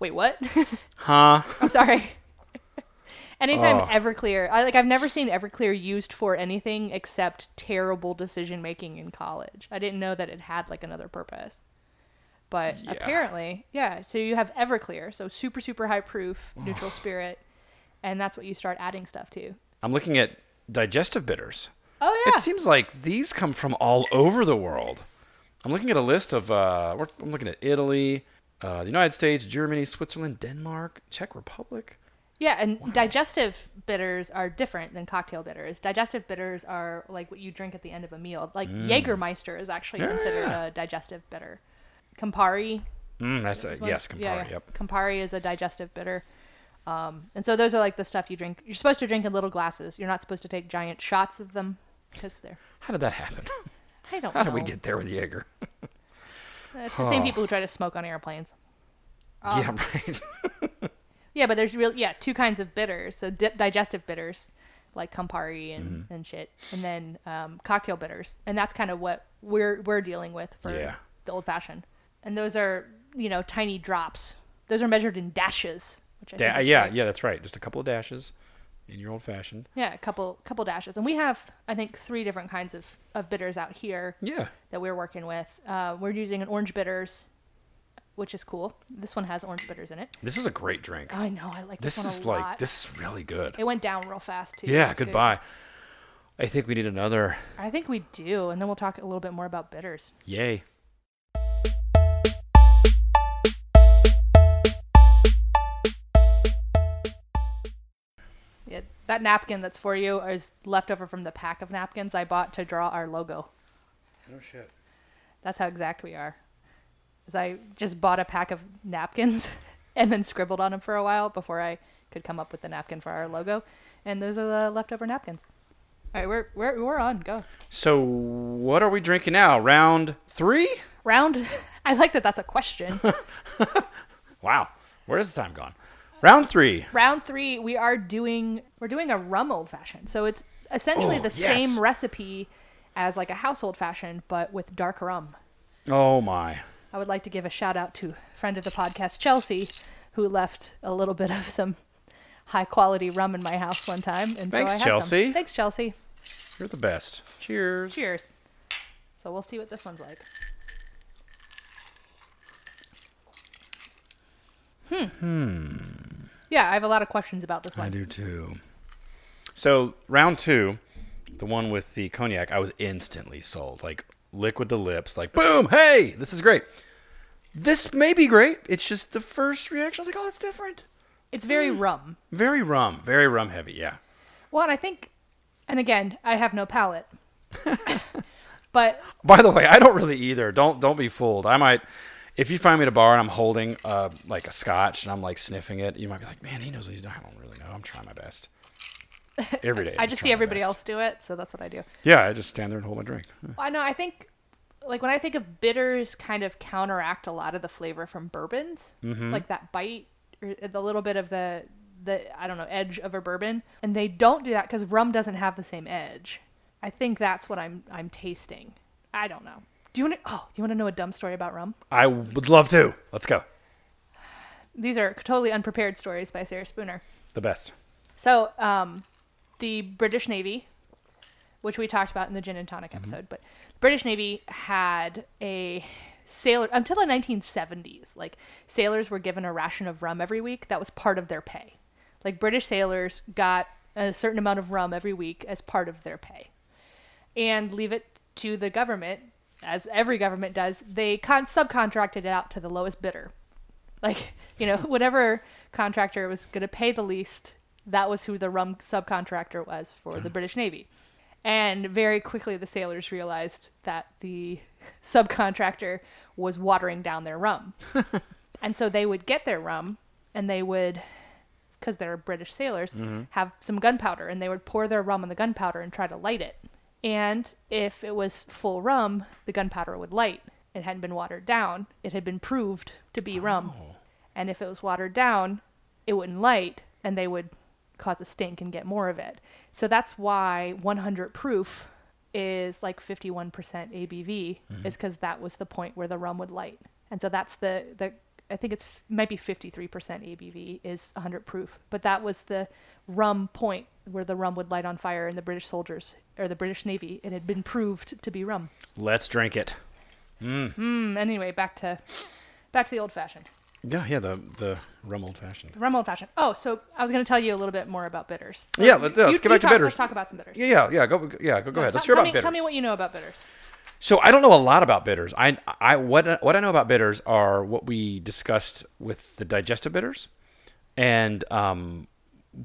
Speaker 1: wait, what?
Speaker 2: Huh?
Speaker 1: I'm sorry. Anytime
Speaker 2: Oh.
Speaker 1: Everclear, I like I've never seen Everclear used for anything except terrible decision making in college. I didn't know that it had like another purpose. But
Speaker 2: Yeah.
Speaker 1: apparently, yeah, so you have Everclear, so super super high proof, neutral spirit, and that's what you start adding stuff to.
Speaker 2: I'm looking at digestive bitters.
Speaker 1: Oh yeah.
Speaker 2: It seems like these come from all over the world. I'm looking at a list of, uh, we're, I'm looking at Italy, uh, the United States, Germany, Switzerland, Denmark, Czech Republic.
Speaker 1: Yeah, and digestive bitters are different than cocktail bitters. Digestive bitters are like what you drink at the end of a meal. Like Jägermeister is actually considered a digestive bitter. Campari.
Speaker 2: Mm, that's a,
Speaker 1: is one-
Speaker 2: yes, Campari.
Speaker 1: yeah, yeah.
Speaker 2: Yep.
Speaker 1: Campari is a digestive bitter. Um, and so those are like the stuff you drink. You're supposed to drink in little glasses. You're not supposed to take giant shots of them because they're.
Speaker 2: How did that happen?
Speaker 1: I don't
Speaker 2: How
Speaker 1: know.
Speaker 2: did we get Oh. there with Jaeger?
Speaker 1: It's the same people who try to smoke on airplanes. Um,
Speaker 2: yeah, right.
Speaker 1: Yeah, but there's real yeah two kinds of bitters. So di- digestive bitters, like Campari and,
Speaker 2: Mm-hmm.
Speaker 1: and shit, and then um, cocktail bitters, and that's kind of what we're we're dealing with for
Speaker 2: Yeah.
Speaker 1: the old fashioned. And those are you know tiny drops. Those are measured in dashes, which I
Speaker 2: Da-
Speaker 1: think is
Speaker 2: yeah,
Speaker 1: great.
Speaker 2: yeah, that's right. Just a couple of dashes in your old fashioned.
Speaker 1: yeah, a couple couple dashes, and we have I think three different kinds of of bitters out here
Speaker 2: Yeah.
Speaker 1: that we're working with. Uh, we're using an orange bitters, which is cool. This one has orange bitters in it.
Speaker 2: This is a great drink.
Speaker 1: I know I like this,
Speaker 2: This
Speaker 1: one
Speaker 2: is
Speaker 1: Oh, a lot.
Speaker 2: like this is really good.
Speaker 1: It went down real fast too.
Speaker 2: yeah,
Speaker 1: It's good.
Speaker 2: goodbye. I think we need another.
Speaker 1: I think we do, and then we'll talk a little bit more about bitters.
Speaker 2: Yay.
Speaker 1: Yeah, that napkin that's for you is leftover from the pack of napkins I bought to draw our logo.
Speaker 2: No shit.
Speaker 1: That's how exact we are. Is I just bought a pack of napkins and then scribbled on them for a while before I could come up with the napkin for our logo, and those are the leftover napkins. All right, we're we're we're on. Go
Speaker 2: So what are we drinking now? Round three?
Speaker 1: round. I like that. That's a question.
Speaker 2: Wow. Where has the time gone? Round three.
Speaker 1: round three we are doing we're doing a rum old fashioned so it's essentially
Speaker 2: Oh,
Speaker 1: the
Speaker 2: yes.
Speaker 1: same recipe as like a household fashion but with dark rum
Speaker 2: Oh my.
Speaker 1: i would like to give a shout out to friend of the podcast chelsea who left a little bit of some high quality rum in my house one time and so
Speaker 2: Thanks,
Speaker 1: I had some.
Speaker 2: Chelsea.
Speaker 1: thanks chelsea
Speaker 2: You're the best. Cheers.
Speaker 1: cheers so we'll see what this one's like hmm yeah i have a lot of questions about this one
Speaker 2: I do too. So round two, the one with the cognac, I was instantly sold. Like liquid to lips, like boom, hey, this is great. This may be great. It's just the first reaction. I was like, oh, that's different.
Speaker 1: it's very rum
Speaker 2: Very rum, very rum heavy. Yeah.
Speaker 1: Well, and I think, and again, I have no palate. but
Speaker 2: By the way, I don't really either. Don't don't be fooled. I might. If you find me at a bar and I'm holding uh, like a scotch and I'm like sniffing it, you might be like, "Man, he knows what he's doing." I don't really know. I'm trying my best every day.
Speaker 1: I
Speaker 2: I'm
Speaker 1: just see
Speaker 2: trying my
Speaker 1: everybody
Speaker 2: best.
Speaker 1: else do it, so that's what I do.
Speaker 2: Yeah, I just stand there and hold my drink.
Speaker 1: I know. I think, like when I think of bitters, kind of counteract a lot of the flavor from bourbons, like that bite or uh, the little bit of the the I don't know edge of a bourbon, and they don't do that because rum doesn't have the same edge. I think that's what I'm I'm tasting. I don't know. Do you want to? Oh, do you want to know a dumb story about rum?
Speaker 2: I would love to. Let's go.
Speaker 1: These are totally unprepared stories by Sarah Spooner.
Speaker 2: The best.
Speaker 1: So, um, the British Navy, which we talked about in the gin and tonic episode, but the British Navy had a sailor until the 1970s. Like sailors were given a ration of rum every week. That was part of their pay. Like British sailors got a certain amount of rum every week as part of their pay, and leave it to the government as every government does, they con- subcontracted it out to the lowest bidder. Like, you know, whatever contractor was going to pay the least, that was who the rum subcontractor was for the British Navy. And very quickly, the sailors realized that the subcontractor was watering down their rum. and so they would get their rum and they would, because they're British sailors, have some gunpowder and they would pour their rum on the gunpowder and try to light it. And if it was full rum, the gunpowder would light. It hadn't been watered down, it had been proved to be rum. And if it was watered down, it wouldn't light and they would cause a stink and get more of it. So that's why 100 proof is like 51% ABV is cuz that was the point where the rum would light. And so that's the the I think it's might be 53% ABV is 100 proof, but that was the rum point where the rum would light on fire in the British soldiers or the British Navy. It had been proved to be rum.
Speaker 2: Let's drink it.
Speaker 1: Mm, anyway, back to back to the old fashioned.
Speaker 2: Yeah, yeah, the the rum old fashioned.
Speaker 1: Rum old fashioned. Oh, so I was going to tell you a little bit more about bitters.
Speaker 2: Yeah, let, yeah,
Speaker 1: You-
Speaker 2: let's get
Speaker 1: you
Speaker 2: back to
Speaker 1: talk-
Speaker 2: bitters.
Speaker 1: Let's talk about some bitters.
Speaker 2: Yeah, yeah, yeah. Go, yeah, go, go ahead.
Speaker 1: Tell-
Speaker 2: Let's
Speaker 1: Uh, tell
Speaker 2: hear about
Speaker 1: me,
Speaker 2: bitters.
Speaker 1: Tell me what you know about bitters.
Speaker 2: So I don't know a lot about bitters. I, I what what I know about bitters are what we discussed with the digestive bitters, and um,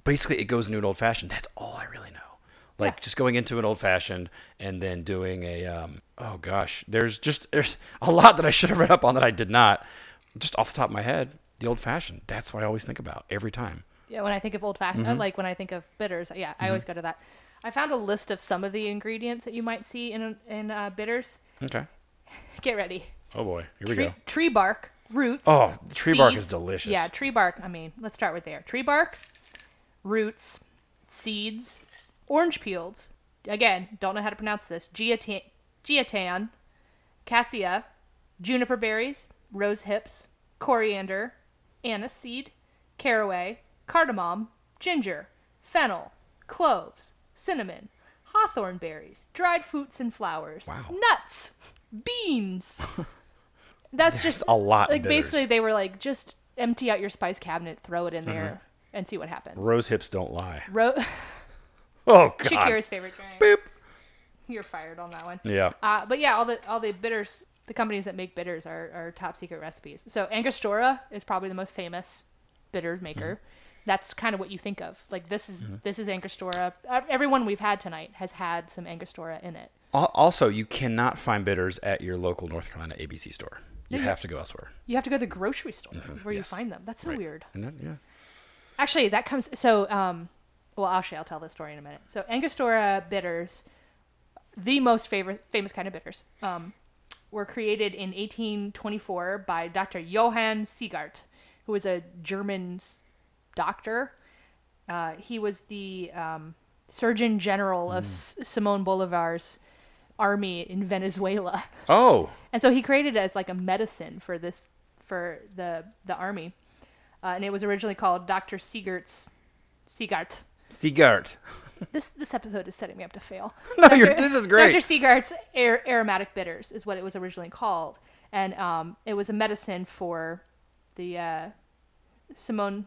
Speaker 2: basically it goes into an old fashioned. That's all I really know. Like
Speaker 1: Yeah.
Speaker 2: just going into an old fashioned and then doing a um, oh gosh, there's just there's a lot that I should have read up on that I did not. Just off the top of my head, the old fashioned. That's what I always think about every time.
Speaker 1: Yeah, when I think of old fashioned,
Speaker 2: Mm-hmm.
Speaker 1: like when I think of bitters, yeah, I always go to that. I found a list of some of the ingredients that you might see in in uh, bitters.
Speaker 2: Okay.
Speaker 1: Get ready.
Speaker 2: Oh boy, here we
Speaker 1: Tree,
Speaker 2: go.
Speaker 1: tree bark, roots.
Speaker 2: Oh, the tree bark
Speaker 1: seeds.
Speaker 2: is delicious.
Speaker 1: Yeah, tree bark. I mean, let's start with there. Tree bark, roots, seeds, orange peels. Again, don't know how to pronounce this. Geotan, geotan cassia, juniper berries, rose hips, coriander, anise seed, caraway, cardamom, ginger, fennel, cloves, cinnamon, hawthorn berries, dried fruits and flowers,
Speaker 2: Wow.
Speaker 1: nuts, beans. That's just
Speaker 2: a lot in
Speaker 1: Like
Speaker 2: bitters.
Speaker 1: basically, they were like, just empty out your spice cabinet, throw it in there,
Speaker 2: Mm-hmm.
Speaker 1: and see what happens.
Speaker 2: Rose hips don't lie.
Speaker 1: Ro-
Speaker 2: Oh god.
Speaker 1: Shakira's favorite drink.
Speaker 2: Boop.
Speaker 1: You're fired on that one.
Speaker 2: Yeah.
Speaker 1: Uh, but yeah, all the all the bitters, the companies that make bitters are, are top secret recipes. So Angostura is probably the most famous bitter maker. That's kind of what you think of. Like this is this is Angostura. Ev- Everyone we've had tonight has had some Angostura in it.
Speaker 2: Al- Also, you cannot find bitters at your local North Carolina ABC store. You have to go elsewhere.
Speaker 1: You have to go to the grocery store is where
Speaker 2: yes.
Speaker 1: you find them. That's so weird.
Speaker 2: And that, yeah.
Speaker 1: Actually, that comes so. Um, well, actually, I'll tell this story in a minute. So Angostura bitters, the most favorite, famous kind of bitters, um, were created in 1824 by Dr. Johann Siegart, who was a German s- doctor. Uh, he was the um, Surgeon General of S- Simon Bolivar's army in Venezuela.
Speaker 2: Oh,
Speaker 1: And so he created it as like a medicine for this for the the army, uh, and it was originally called Doctor Siegert's Siegart.
Speaker 2: Stigart.
Speaker 1: This this episode is setting me up to fail.
Speaker 2: No, you're- this is great.
Speaker 1: Doctor Siegert's air, aromatic bitters is what it was originally called, and um, it was a medicine for the uh, Simon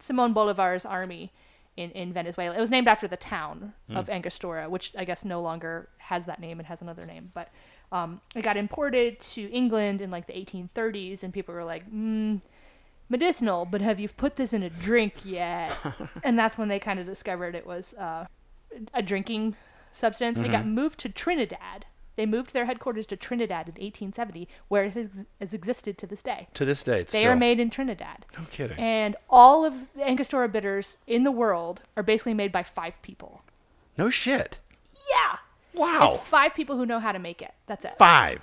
Speaker 1: Simon Bolivar's army in, in Venezuela. It was named after the town
Speaker 2: Hmm.
Speaker 1: of Angostura, which I guess no longer has that name. It has another name, but um, it got imported to England in like the 1830s, and people were like, mm, medicinal, but have you put this in a drink yet? and that's when they kind of discovered it was uh, a drinking substance. It
Speaker 2: Mm-hmm.
Speaker 1: got moved to Trinidad. They moved their headquarters to Trinidad in 1870, where it has, has existed to this day.
Speaker 2: To this day, it's
Speaker 1: They
Speaker 2: still.
Speaker 1: are made in Trinidad.
Speaker 2: no kidding.
Speaker 1: And all of the Angostura bitters in the world are basically made by five people.
Speaker 2: no shit.
Speaker 1: Yeah.
Speaker 2: Wow.
Speaker 1: It's five people who know how to make it. That's it.
Speaker 2: Oh. Five.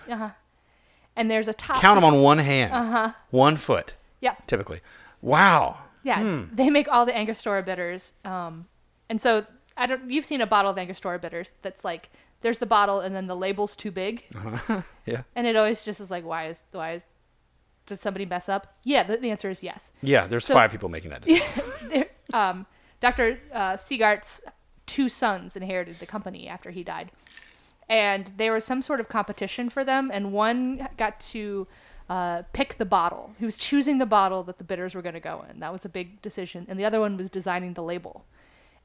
Speaker 1: And there's a top.
Speaker 2: Count them on one hand. Uh
Speaker 1: Uh-huh.
Speaker 2: huh. One foot,
Speaker 1: Yeah.
Speaker 2: typically. Wow.
Speaker 1: Yeah.
Speaker 2: Hmm.
Speaker 1: They make all the Angostura bitters. Um, and so I don't. You've seen a bottle of Angostura bitters that's like there's the bottle and then the label's too big,
Speaker 2: Yeah.
Speaker 1: and it always just is like why is why is did somebody mess up? Yeah. The, the answer is yes.
Speaker 2: Yeah. There's five people making that decision.
Speaker 1: There- um, Dr. Uh, Siegart's two sons inherited the company after he died. And there was some sort of competition for them, and one got to uh, pick the bottle. He was choosing the bottle that the bitters were going to go in. That was a big decision. And the other one was designing the label.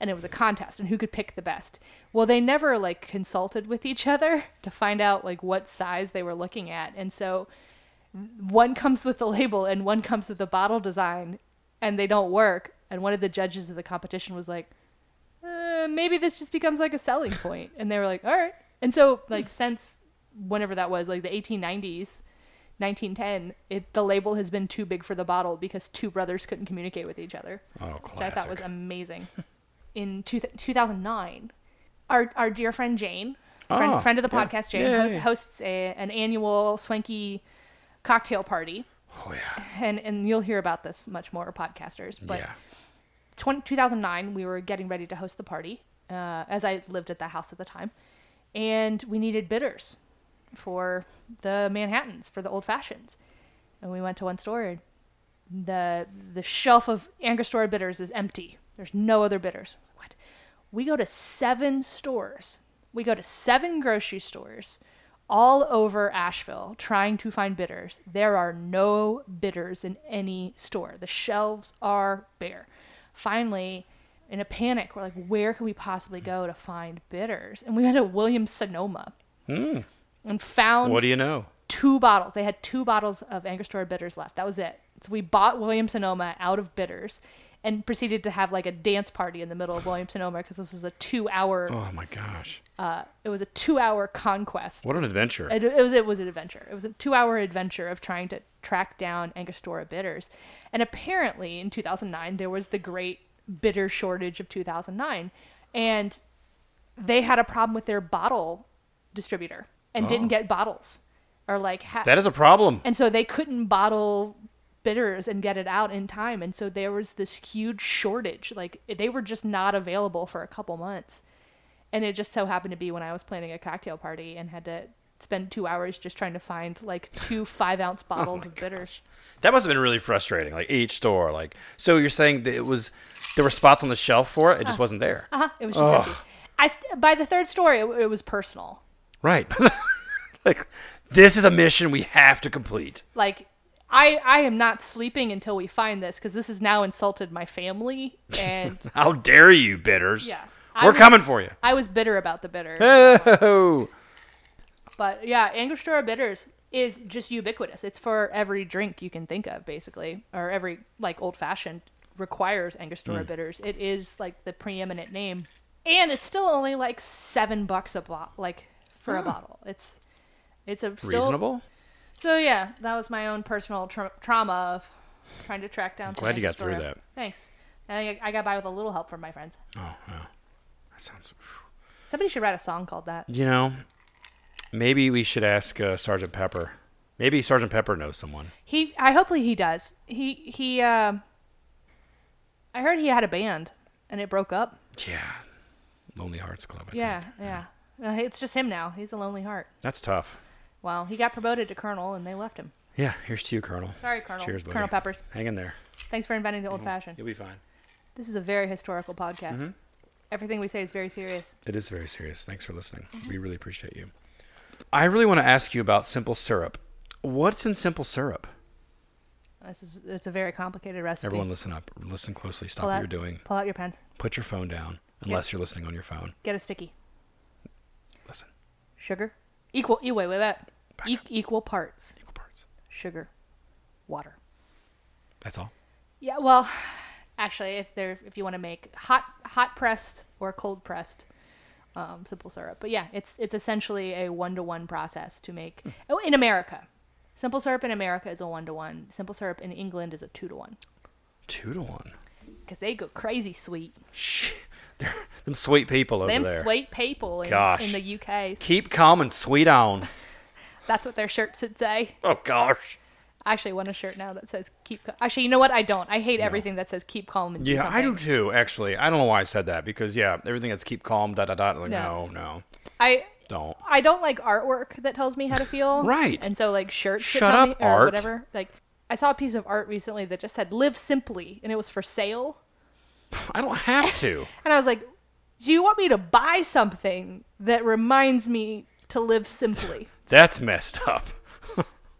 Speaker 1: and it was a contest and who could pick the best. Well, they never like consulted with each other to find out like what size they were looking at. And so one comes with the label and one comes with the bottle design and they don't work. And one of the judges of the competition was like, uh, maybe this just becomes like a selling point. And they were like, all right. And so
Speaker 2: Hmm.
Speaker 1: like since whenever that was, like the 1890s, 1910, it the label has been too big for the bottle because two brothers couldn't communicate with each other.
Speaker 2: Oh,
Speaker 1: Which I thought
Speaker 2: classic.
Speaker 1: was amazing. In two, 2009, our our dear friend Jane, friend,
Speaker 2: Ah,
Speaker 1: friend of the
Speaker 2: yeah.
Speaker 1: podcast, Jane
Speaker 2: Yeah, yeah,
Speaker 1: hosts,
Speaker 2: yeah.
Speaker 1: hosts a, an annual swanky cocktail party,
Speaker 2: oh yeah.
Speaker 1: and and you'll hear about this much more podcasters, but.
Speaker 2: yeah.
Speaker 1: 20, 2009, we were getting ready to host the party, uh, as I lived at the house at the time, and we needed bitters for the Manhattans for the old fashions, and we went to one store and the the shelf of Angostura bitters is empty. There's no other bitters. What? We go to seven stores. We go to seven grocery stores all over Asheville trying to find bitters. There are no bitters in any store. The shelves are bare. Finally, in a panic, we're like, where can we possibly go to find bitters? And we went to Williams Sonoma and found
Speaker 2: What do you know?
Speaker 1: two bottles. They had two bottles of Angostura bitters left. That was it. So we bought William Sonoma out of bitters and proceeded to have like a dance party in the middle of William Sonoma because this was a two hour
Speaker 2: Oh my gosh.
Speaker 1: uh, it was a two hour conquest.
Speaker 2: What an adventure.
Speaker 1: It, it was it was an adventure. It was a two hour adventure of trying to track down Angostura bitters. And apparently in 2009 there was the great bitter shortage of 2009 and they had a problem with their bottle distributor and
Speaker 2: Oh.
Speaker 1: didn't get bottles or like ha-
Speaker 2: that is a problem.
Speaker 1: and so they couldn't bottle bitters and get it out in time and so there was this huge shortage like they were just not available for a couple months and it just so happened to be when i was planning a cocktail party and had to spend two hours just trying to find like two five ounce bottles of bitters
Speaker 2: That must have been really frustrating. Like each store, like so you're saying that it was there were spots on the shelf for it. It just wasn't there.
Speaker 1: uh-huh, it was just empty. I st- by the third story it, it was personal
Speaker 2: Right. like this is a mission we have to complete.
Speaker 1: like I, I am not sleeping until we find this because this has now insulted my family and
Speaker 2: How dare you, bitters?
Speaker 1: Yeah.
Speaker 2: We're
Speaker 1: I'm-
Speaker 2: coming for you.
Speaker 1: I was bitter about the bitter.
Speaker 2: Oh.
Speaker 1: But yeah, Angostura bitters is just ubiquitous. It's for every drink you can think of, basically, or every like old fashioned requires
Speaker 2: Mm.
Speaker 1: Angostura bitters. It is like the preeminent name, and it's still only like seven bucks a bottle, like for a bottle. It's it's a still,
Speaker 2: Reasonable?
Speaker 1: So yeah, that was my own personal tra- trauma of trying to track down. some
Speaker 2: glad you got through
Speaker 1: Angostura.
Speaker 2: that.
Speaker 1: Thanks. I, I got by with a little help from my friends.
Speaker 2: Oh, wow. That sounds
Speaker 1: Somebody should write a song called that.
Speaker 2: You know, maybe we should ask uh, Sergeant Pepper. Maybe Sergeant Pepper knows someone.
Speaker 1: He, I hopefully he does. He, he, um, I heard he had a band and it broke up.
Speaker 2: Yeah. Lonely Hearts Club. I
Speaker 1: Yeah,
Speaker 2: Think.
Speaker 1: yeah. Uh, it's just him now. He's a lonely heart.
Speaker 2: That's tough.
Speaker 1: Wow, he got promoted to colonel and they left him.
Speaker 2: Yeah. Here's to you, Colonel.
Speaker 1: Sorry, Colonel.
Speaker 2: Cheers, buddy.
Speaker 1: Colonel Peppers.
Speaker 2: Hang in there.
Speaker 1: Thanks for inventing the old fashioned.
Speaker 2: You'll be fine.
Speaker 1: This is a very historical podcast.
Speaker 2: Mm-hmm.
Speaker 1: Everything we say is very serious.
Speaker 2: It is very serious. Thanks for listening.
Speaker 1: Mm-hmm.
Speaker 2: We really appreciate you. I really want to ask you about simple syrup. What's in simple syrup?
Speaker 1: This is it's a very complicated recipe.
Speaker 2: Everyone, listen up. Listen closely. Stop
Speaker 1: pull
Speaker 2: what
Speaker 1: out,
Speaker 2: you're doing.
Speaker 1: Pull out your pens.
Speaker 2: Put your phone down, unless you're listening on your phone.
Speaker 1: Get a sticky.
Speaker 2: Listen.
Speaker 1: Sugar. Equal. e- Wait, wait, wait. E- equal parts.
Speaker 2: Equal parts.
Speaker 1: Sugar. Water.
Speaker 2: That's all.
Speaker 1: Yeah, well, actually, if there if you want to make hot hot pressed or cold pressed um, simple syrup, but yeah, it's it's essentially a one to one process to make
Speaker 2: Hmm.
Speaker 1: oh, in America. Simple syrup in America is a one to one. Simple syrup in England is a two to one
Speaker 2: Two to one.
Speaker 1: because they go crazy sweet.
Speaker 2: Shh. They're, them sweet people over
Speaker 1: Them
Speaker 2: there.
Speaker 1: sweet people in,
Speaker 2: Gosh.
Speaker 1: in the UK.
Speaker 2: Keep calm and sweet on.
Speaker 1: That's what their shirts should say.
Speaker 2: Oh gosh.
Speaker 1: I actually want a shirt now that says keep. Cal-" Actually, you know what? I don't. I hate everything that says keep calm. And do
Speaker 2: Yeah, I
Speaker 1: something.
Speaker 2: do too. Actually, I don't know why I said that because yeah, everything that's keep calm. Dot dot dot. Like
Speaker 1: No.
Speaker 2: no, no,
Speaker 1: I
Speaker 2: don't.
Speaker 1: I don't like artwork that tells me how to feel.
Speaker 2: Right.
Speaker 1: And so like shirts that
Speaker 2: Shut
Speaker 1: tell
Speaker 2: up,
Speaker 1: me, or
Speaker 2: art.
Speaker 1: whatever. Like I saw a piece of art recently that just said "Live simply" and it was for sale,
Speaker 2: I don't have to.
Speaker 1: and I was like, "Do you want me to buy something that reminds me to live simply?" I
Speaker 2: That's messed up.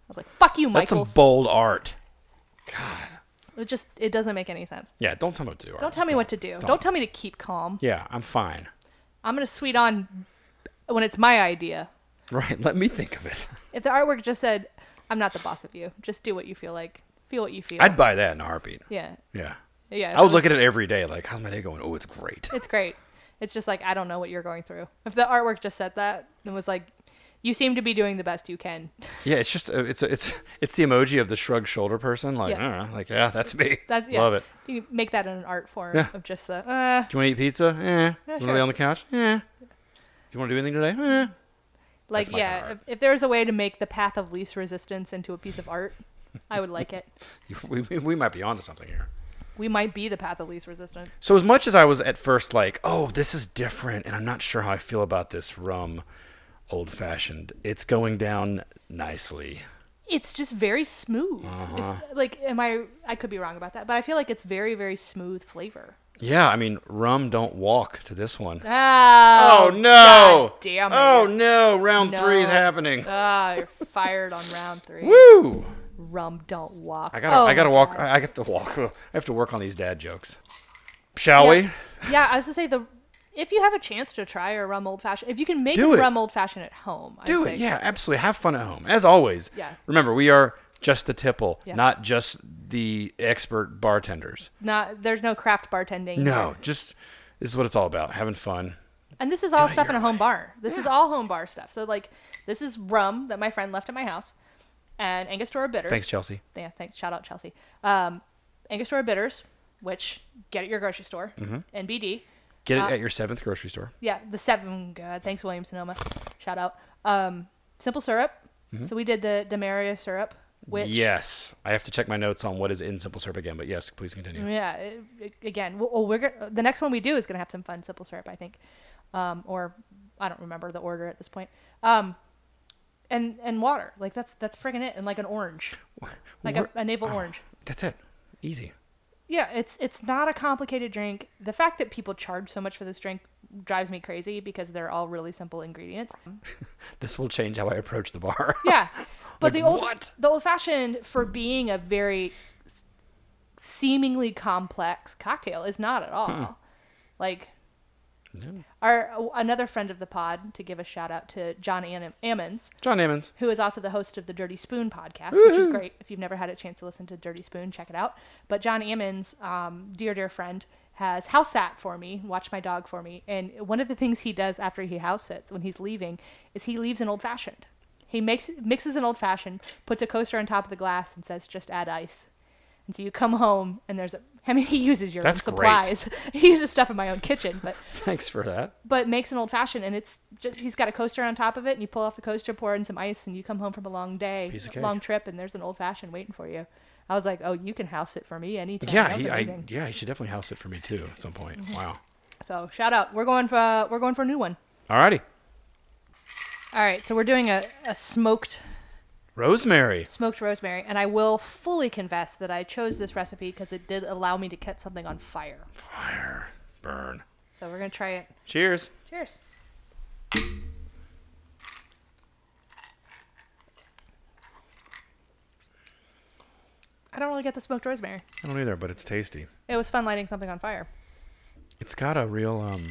Speaker 1: was like, "Fuck you,
Speaker 2: That's
Speaker 1: Michaels."
Speaker 2: some bold art. God.
Speaker 1: It just it doesn't make any sense.
Speaker 2: Yeah, don't tell me what to do.
Speaker 1: Don't tell me what to do. Don't tell me to keep calm.
Speaker 2: Yeah, I'm fine.
Speaker 1: I'm gonna sweet on when it's my idea.
Speaker 2: Right. Let me think of it.
Speaker 1: If the artwork just said, "I'm not the boss of you. Just do what you feel like. Feel what you feel."
Speaker 2: I'd buy that in a heartbeat.
Speaker 1: yeah,
Speaker 2: Yeah.
Speaker 1: yeah. if
Speaker 2: I would
Speaker 1: was-
Speaker 2: look at it every day. Like, how's my day going? Oh, it's great.
Speaker 1: It's great. It's just like I don't know what you're going through. If the artwork just said that and was like, "You seem to be doing the best you can,"
Speaker 2: Yeah, it's just uh, it's it's it's the emoji of the shrugged shoulder person. Like,
Speaker 1: Yeah.
Speaker 2: "Uh, like yeah, that's me.
Speaker 1: that's yeah.
Speaker 2: love it.
Speaker 1: You make that in an art form
Speaker 2: Yeah.
Speaker 1: of just the. Uh,
Speaker 2: Do you want to eat pizza? Eh. you want to lay
Speaker 1: sure.
Speaker 2: on the couch? Eh. Do you want to do anything today? Eh.
Speaker 1: like
Speaker 2: That's my
Speaker 1: yeah,
Speaker 2: art.
Speaker 1: if, if there was a way to make the path of least resistance into a piece of art, I would like it.
Speaker 2: We, we, we might be onto something here.
Speaker 1: We might be the path of least resistance.
Speaker 2: So as much as I was at first like, oh, this is different, and I'm not sure how I feel about this rum, old fashioned. It's going down nicely.
Speaker 1: It's just very smooth.
Speaker 2: Uh-huh.
Speaker 1: If, like, am I? I could be wrong about that, but I feel like it's very, very smooth flavor.
Speaker 2: Yeah, I mean, rum don't walk to this one.
Speaker 1: Oh,
Speaker 2: Oh no!
Speaker 1: God damn it!
Speaker 2: Oh no! Round
Speaker 1: No.
Speaker 2: three's happening.
Speaker 1: Ah, you're fired on round three.
Speaker 2: Woo!
Speaker 1: Rum don't walk.
Speaker 2: I gotta,
Speaker 1: Oh,
Speaker 2: I gotta
Speaker 1: my
Speaker 2: walk.
Speaker 1: God.
Speaker 2: I I have to walk. I have to work on these dad jokes. Shall we?
Speaker 1: Yeah, I was gonna say the if you have a chance to try a rum old fashioned, if you can make
Speaker 2: Do
Speaker 1: a
Speaker 2: it.
Speaker 1: rum old fashioned at home, I'd
Speaker 2: Do it.
Speaker 1: say-
Speaker 2: Yeah, absolutely. Have fun at home. As always.
Speaker 1: Yeah.
Speaker 2: Remember, we are just the tipple,
Speaker 1: Yeah.
Speaker 2: not just the expert bartenders.
Speaker 1: Not there's no craft bartending.
Speaker 2: No,
Speaker 1: here.
Speaker 2: just this is what it's all about. Having fun.
Speaker 1: and this is all
Speaker 2: it
Speaker 1: stuff in a
Speaker 2: your
Speaker 1: home bar. This is all home bar stuff. So like, this is rum that my friend left at my house, and Angostura bitters.
Speaker 2: Thanks, Chelsea.
Speaker 1: yeah, thanks. Shout out Chelsea. Um, Angostura bitters, which get at your grocery store,
Speaker 2: Mm-hmm.
Speaker 1: NBD.
Speaker 2: Get it
Speaker 1: Uh,
Speaker 2: at your seventh grocery store.
Speaker 1: Yeah, the seven. God, thanks, William Sonoma. Shout out. Um, simple syrup. So we did the Demaria syrup, which
Speaker 2: Yes. I have to check my notes on what is in simple syrup again, but yes, please continue.
Speaker 1: yeah. It, it- again, well, oh, we're gonna, the next one we do is gonna have some fun simple syrup, I think, um, or I don't remember the order at this point. Um, and and water, like that's that's friggin' it, and like an orange, Mm. like a,
Speaker 2: We're- ah. oh,
Speaker 1: a navel orange.
Speaker 2: That's it. Easy.
Speaker 1: Yeah, it's it's not a complicated drink. The fact that people charge so much for this drink drives me crazy because they're all really simple ingredients.
Speaker 2: This will change how I approach the bar.
Speaker 1: Yeah, but
Speaker 2: Like,
Speaker 1: the old
Speaker 2: what?
Speaker 1: the old fashioned for being a very s- seemingly complex cocktail is not at all.
Speaker 2: Hmm.
Speaker 1: Like
Speaker 2: No.
Speaker 1: our another friend of the pod to give a shout out to John Am- Ammons,
Speaker 2: John Ammons.
Speaker 1: who is also the host of the Dirty Spoon podcast, which is great. If you've never had a chance to listen to Dirty Spoon, check it out. But John Ammons, um, dear dear friend. Has house sat for me, watch my dog for me, and one of the things he does after he house sits when he's leaving is he leaves an old fashioned. He makes mixes an old fashioned, puts a coaster on top of the glass, and says, "Just add ice." And so you come home, and there's a. I mean, he uses your
Speaker 2: That's
Speaker 1: own
Speaker 2: great.
Speaker 1: supplies. he uses stuff in my own kitchen, but
Speaker 2: Thanks for that.
Speaker 1: but makes an old fashioned and it's just he's got a coaster on top of it and you pull off the coaster pour in some ice and you come home from a long day
Speaker 2: Piece of cake.
Speaker 1: long trip and there's an old fashioned waiting for you i was like oh you can house it for me anytime
Speaker 2: Yeah,
Speaker 1: That was
Speaker 2: he, I,
Speaker 1: amazing. Mm-hmm.
Speaker 2: yeah, he should definitely house it for me too at some point. Wow.
Speaker 1: so shout out we're going for uh, we're going for a new one
Speaker 2: Alrighty.
Speaker 1: all right so we're doing a, a smoked
Speaker 2: Rosemary.
Speaker 1: smoked rosemary and i will fully confess that i chose this recipe because it did allow me to catch something on fire
Speaker 2: Fire. Burn.
Speaker 1: so we're gonna try it
Speaker 2: Cheers.
Speaker 1: cheers I don't really get the smoked rosemary.
Speaker 2: I don't either, but it's tasty.
Speaker 1: It was fun lighting something on fire.
Speaker 2: It's got a real um.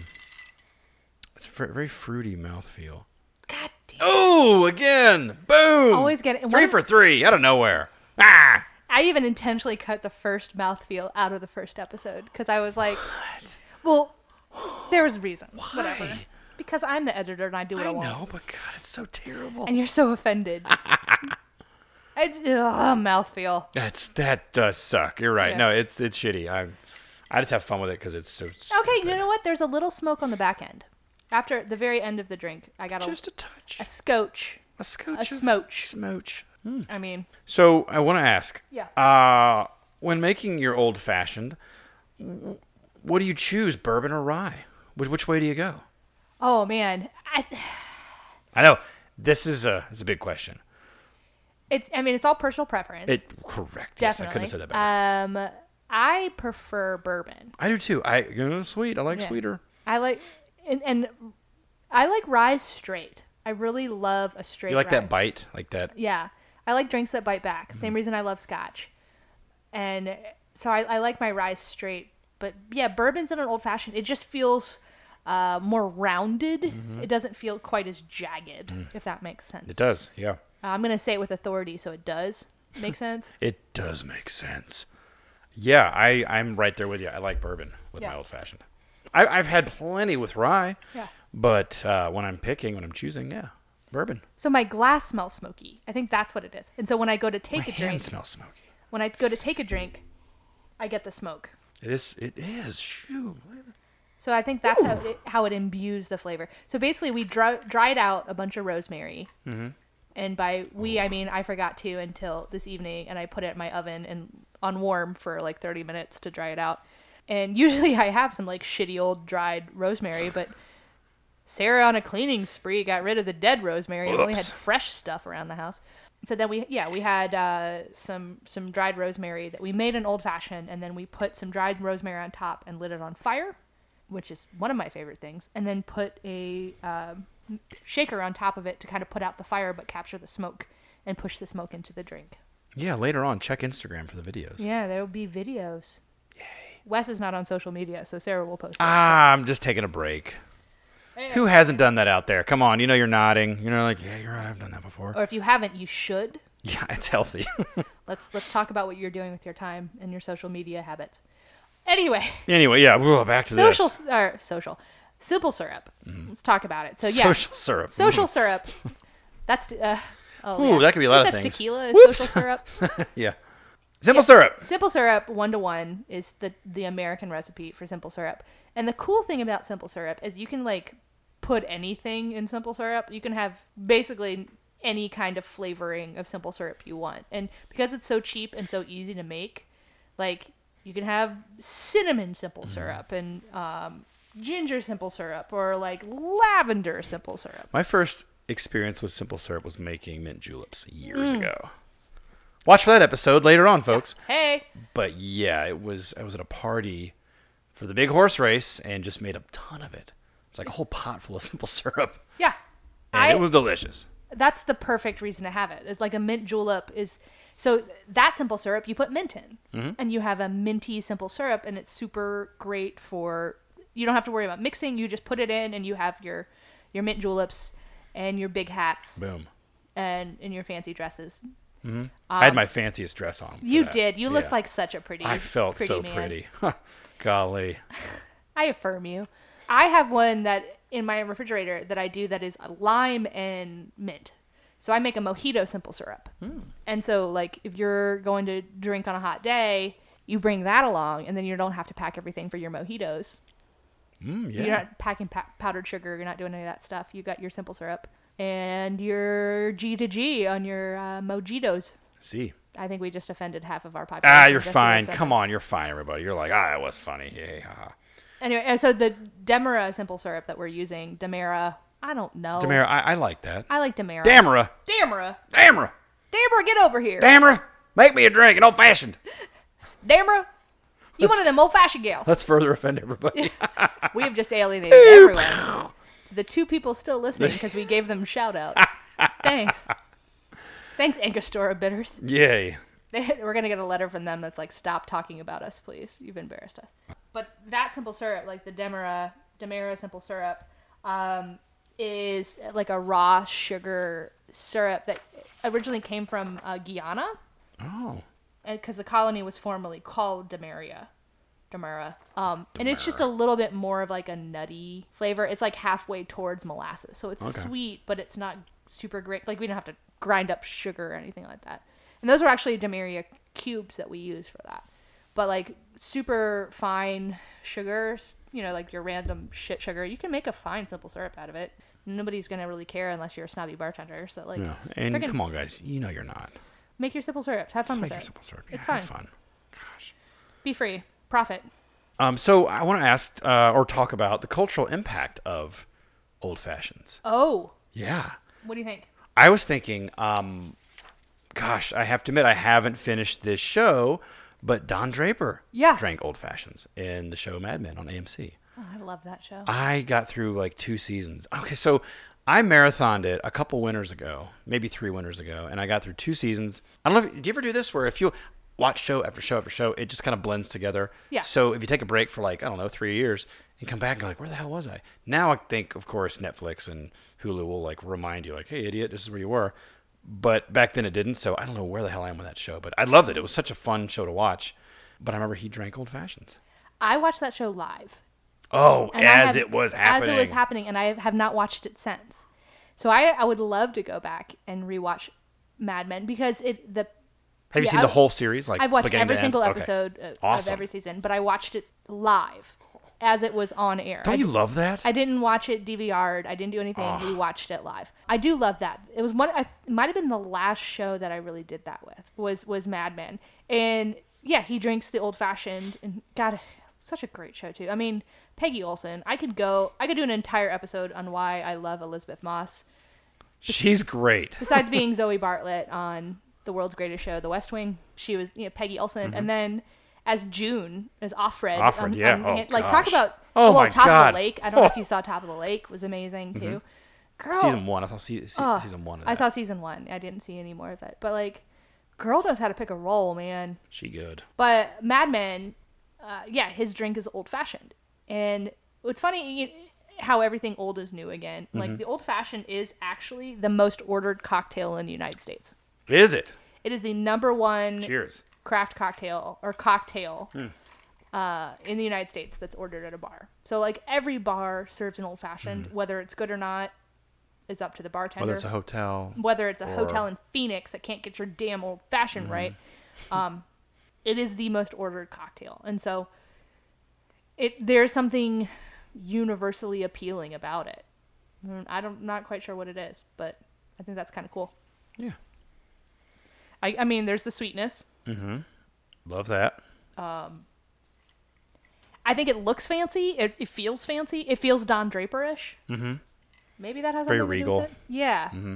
Speaker 2: It's a very fruity mouthfeel.
Speaker 1: God damn.
Speaker 2: Oh, again! Boom!
Speaker 1: Always get it.
Speaker 2: three
Speaker 1: One-
Speaker 2: for three out of nowhere. Ah!
Speaker 1: I even intentionally cut the first mouthfeel out of the first episode because I was like, well, there was reasons. Whatever.
Speaker 2: Why?
Speaker 1: Because I'm the editor and I do what I,
Speaker 2: I
Speaker 1: want.
Speaker 2: know, but God, it's so terrible.
Speaker 1: And you're so offended. I, ugh, mouthfeel.
Speaker 2: That's that does suck. You're right.
Speaker 1: Yeah.
Speaker 2: No, it's it's shitty. I, I just have fun with it because it's so.
Speaker 1: Okay, you
Speaker 2: stupid.
Speaker 1: know what? There's a little smoke on the back end. After the very end of the drink, I got a,
Speaker 2: Just a touch.
Speaker 1: a scotch.
Speaker 2: A scooch.
Speaker 1: a smooch.
Speaker 2: Smooch.
Speaker 1: I mean,
Speaker 2: So I want to ask.
Speaker 1: Yeah.
Speaker 2: Uh, when making your old fashioned, what do you choose, bourbon or rye? Which which way do you go?
Speaker 1: oh man, I,
Speaker 2: I know this is a it's a big question.
Speaker 1: it's. I mean, it's all personal preference.
Speaker 2: It correct. Yes, I
Speaker 1: definitely.
Speaker 2: couldn't have said that better.
Speaker 1: Um, I prefer bourbon.
Speaker 2: I do too. I oh, sweet. I like
Speaker 1: Yeah.
Speaker 2: sweeter.
Speaker 1: I like and, and I like rye straight. I really love a straight.
Speaker 2: You like
Speaker 1: rye.
Speaker 2: that bite, like that. Mm.
Speaker 1: Yeah, I like drinks that bite back. Same reason I love Scotch, and so I, I like my rye straight, but yeah, bourbons and an old fashioned, it just feels uh, more rounded. It doesn't feel quite as jagged, if that makes sense.
Speaker 2: Mm-hmm. Mm.
Speaker 1: Uh,
Speaker 2: It does. Yeah.
Speaker 1: I'm gonna say it with authority, so it does make sense.
Speaker 2: It does make sense. Yeah, I, I'm right there with you. I like bourbon with my
Speaker 1: Yeah.
Speaker 2: old fashioned. I, I've had plenty with rye,
Speaker 1: Yeah.
Speaker 2: but uh, when I'm picking, when I'm choosing, yeah, bourbon.
Speaker 1: So my glass smells smoky. I think that's what it is. And so when I go to take
Speaker 2: My
Speaker 1: a drink,
Speaker 2: hand smells smoky.
Speaker 1: when I go to take a drink, I get the smoke.
Speaker 2: It is. It is. Shoot.
Speaker 1: So I think that's how it, how it imbues the flavor. So basically, we dry, dried out a bunch of rosemary, and by we I mean I forgot to until this evening, and I put it in my oven and on warm for like 30 minutes to dry it out. And usually I have some like shitty old dried rosemary, but Sarah on a cleaning spree got rid of the dead rosemary and only had
Speaker 2: Whoops.
Speaker 1: fresh stuff around the house. So then we yeah we had uh, some some dried rosemary that we made an old fashioned, and then we put some dried rosemary on top and lit it on fire, which is one of my favorite things. And then put a um, shaker on top of it to kind of put out the fire but capture the smoke and push the smoke into the drink.
Speaker 2: Yeah. Later on, check Instagram for the videos.
Speaker 1: Yeah, there will be videos. Yay! Wes is not on social media, so Sarah will post. it.
Speaker 2: Ah, I'm just taking a break. Who hasn't done that out there? Come on, you know you're nodding. You know, like, yeah, you're right. I've done that before.
Speaker 1: or if you haven't, you should.
Speaker 2: Yeah, it's healthy.
Speaker 1: let's let's talk about what you're doing with your time and your social media habits. Anyway,
Speaker 2: anyway, yeah, we'll back to
Speaker 1: social
Speaker 2: this. Mm-hmm.
Speaker 1: or social simple syrup. Let's talk about it. So yeah,
Speaker 2: Social syrup.
Speaker 1: social syrup. That's uh, oh,
Speaker 2: Ooh,
Speaker 1: yeah.
Speaker 2: that could be a
Speaker 1: I
Speaker 2: lot
Speaker 1: think that's
Speaker 2: of things.
Speaker 1: tequila. is
Speaker 2: Whoops.
Speaker 1: Social syrup.
Speaker 2: yeah. Simple syrup.
Speaker 1: Simple syrup one to one is the the American recipe for simple syrup. And the cool thing about simple syrup is you can like put anything in simple syrup. You can have basically any kind of flavoring of simple syrup you want. And because it's so cheap and so easy to make, like you can have cinnamon
Speaker 2: Mm.
Speaker 1: simple syrup and um, ginger simple syrup or like lavender simple syrup.
Speaker 2: My first experience with simple syrup was making mint juleps years
Speaker 1: Mm.
Speaker 2: ago. Watch for that episode later on, folks.
Speaker 1: Hey,
Speaker 2: But yeah, it was I was at a party for the big horse race and just made a ton of it. It's like a whole pot full of simple syrup.
Speaker 1: yeah.
Speaker 2: And it was delicious.
Speaker 1: that's the perfect reason to have it. It's like a mint julep is so that simple syrup you put mint in,
Speaker 2: Mm-hmm.
Speaker 1: and you have a minty simple syrup, and it's super great for you don't have to worry about mixing. You just put it in, and you have your your mint juleps and your big hats
Speaker 2: Boom.
Speaker 1: and in your fancy dresses.
Speaker 2: I had my fanciest dress on. for
Speaker 1: Um, You
Speaker 2: that.
Speaker 1: did. You looked
Speaker 2: Yeah.
Speaker 1: like such a pretty.
Speaker 2: I felt so
Speaker 1: man.
Speaker 2: pretty. Golly.
Speaker 1: I affirm you. I have one that in my refrigerator that I do that is lime and mint. So I make a mojito simple syrup.
Speaker 2: Hmm.
Speaker 1: And so like if you're going to drink on a hot day, you bring that along and then you don't have to pack everything for your mojitos.
Speaker 2: Mm, yeah.
Speaker 1: You're not packing pa- powdered sugar, you're not doing any of that stuff. You got your simple syrup and your G to G on your uh, mojitos.
Speaker 2: See.
Speaker 1: I think we just offended half of our population.
Speaker 2: Ah, you're
Speaker 1: just with that
Speaker 2: fine.
Speaker 1: sentence.
Speaker 2: Come on, you're fine, everybody. You're like, ah, it was funny. Hey, ha, ha.
Speaker 1: Anyway, and so the Demera simple syrup that we're using, Demera, I don't know.
Speaker 2: Damara, I, I like that.
Speaker 1: Oh. I like Demera.
Speaker 2: Damara.
Speaker 1: Damera.
Speaker 2: Damara.
Speaker 1: Damera, get over here.
Speaker 2: Damara. Make me a drink, an old fashioned.
Speaker 1: Damera, you
Speaker 2: Let's-
Speaker 1: one of them old fashioned gals.
Speaker 2: Let's further offend everybody.
Speaker 1: We have just alienated everyone. To the two people still listening because we gave them shout outs. Thanks. Thanks, Angostura Bitters.
Speaker 2: Yay.
Speaker 1: They, we're going to get a letter from them that's like, stop talking about us, please. You've embarrassed us. But that simple syrup, like the Demera, Demera simple syrup, um, is like a raw sugar syrup that originally came from uh, Guyana.
Speaker 2: Oh.
Speaker 1: because uh, the colony was formerly called Damaria, Damara. Um, and it's just a little bit more of like a nutty flavor. It's like halfway towards molasses, so it's
Speaker 2: Okay.
Speaker 1: sweet, but it's not super great. Like we don't have to grind up sugar or anything like that. And those were actually Damaria cubes that we used for that. But like super fine sugars, you know, like your random shit sugar, you can make a fine simple syrup out of it. Nobody's gonna really care unless you're a snobby bartender. So like,
Speaker 2: Yeah. And
Speaker 1: friggin'
Speaker 2: come on, guys. You know you're not.
Speaker 1: make your simple syrups. Have fun with
Speaker 2: Just make your
Speaker 1: it.
Speaker 2: simple syrup.
Speaker 1: It's
Speaker 2: Yeah, have
Speaker 1: fine.
Speaker 2: fun. Gosh.
Speaker 1: Be free. Profit.
Speaker 2: Um, so I want to ask uh, or talk about the cultural impact of old fashions.
Speaker 1: Oh,
Speaker 2: Yeah.
Speaker 1: what do you think?
Speaker 2: I was thinking, um, gosh, I have to admit, I haven't finished this show, but Don Draper
Speaker 1: Yeah.
Speaker 2: drank old fashions in the show Mad Men on AMC.
Speaker 1: Oh, I love that show.
Speaker 2: I got through like two seasons. Okay, so I marathoned it a couple winters ago, maybe three winters ago, and I got through two seasons. I don't know. If, do you ever do this where if you, watch show after show after show. It just kind of blends together.
Speaker 1: Yeah.
Speaker 2: So if you take a break for like I don't know three years and come back and you're like, where the hell was I? Now I think, of course, Netflix and Hulu will like remind you, like, hey, idiot, this is where you were. But back then it didn't, so I don't know where the hell I am with that show. But I loved it. It was such a fun show to watch. But I remember he drank old fashions.
Speaker 1: I watched that show live.
Speaker 2: Oh,
Speaker 1: And I
Speaker 2: as
Speaker 1: have-
Speaker 2: it was happening.
Speaker 1: As it was happening, and I have not watched it since. So I, I would love to go back and rewatch Mad Men because it the
Speaker 2: Have you
Speaker 1: Yeah,
Speaker 2: seen
Speaker 1: I've-
Speaker 2: the whole series? Like
Speaker 1: I've watched
Speaker 2: beginning to
Speaker 1: every
Speaker 2: end?
Speaker 1: single
Speaker 2: Okay.
Speaker 1: episode of-
Speaker 2: Awesome.
Speaker 1: of every season, but I watched it live as it was on air. I
Speaker 2: Don't you love that?
Speaker 1: I didn't watch it DVR'd. I didn't do anything. We watched it live. I do love that. It was one. I, it might have been the last show that I really did that with. Was was Mad Men, and yeah, he drinks the old fashioned, and God, such a great show too. I mean, Peggy Olson. I could go. I could do an entire episode on why I love Elizabeth Moss.
Speaker 2: She's great.
Speaker 1: Besides being Zoe Bartlett on the world's greatest show, The West Wing, she was you know Peggy Olson, and then. As June, as Offred,
Speaker 2: Mm-hmm. Offred,
Speaker 1: on-
Speaker 2: yeah.
Speaker 1: on-
Speaker 2: Oh,
Speaker 1: like
Speaker 2: gosh.
Speaker 1: talk about
Speaker 2: Oh,
Speaker 1: well,
Speaker 2: my
Speaker 1: Top of
Speaker 2: God. Oh. Mm-hmm.
Speaker 1: the Lake. I don't know if you saw Top of the Lake was amazing too. Girl,
Speaker 2: Season one. I saw se- se-
Speaker 1: Ugh.
Speaker 2: season one. Of
Speaker 1: I
Speaker 2: that.
Speaker 1: saw season one. I didn't see any more of it. But like, girl knows how to pick a role, man.
Speaker 2: She good.
Speaker 1: But Mad Men, uh, yeah, his drink is old fashioned, and it's funny you, how everything old is new again.
Speaker 2: Mm-hmm.
Speaker 1: Like the old fashioned is actually the most ordered cocktail in the United States.
Speaker 2: Is it?
Speaker 1: It is the number one
Speaker 2: Cheers.
Speaker 1: craft cocktail or cocktail
Speaker 2: Hmm.
Speaker 1: uh, in the United States that's ordered at a bar. So like every bar serves an old fashioned, whether it's good or not, is up to the bartender
Speaker 2: Hmm. Whether it's a hotel.
Speaker 1: whether it's a
Speaker 2: Or- Hmm.
Speaker 1: hotel in Phoenix that can't get your damn old fashioned right, um, it is the most ordered cocktail, and so it there's something universally appealing about it. Mm, I don't not quite sure what it is, but I think that's kind of cool.
Speaker 2: Yeah.
Speaker 1: I, I mean, there's the sweetness.
Speaker 2: Love that.
Speaker 1: I think it looks fancy. It, it feels fancy. It feels Don Draper ish. Mm-hmm. Maybe that has
Speaker 2: Very
Speaker 1: something
Speaker 2: regal.
Speaker 1: To do with it. Yeah. Mm-hmm.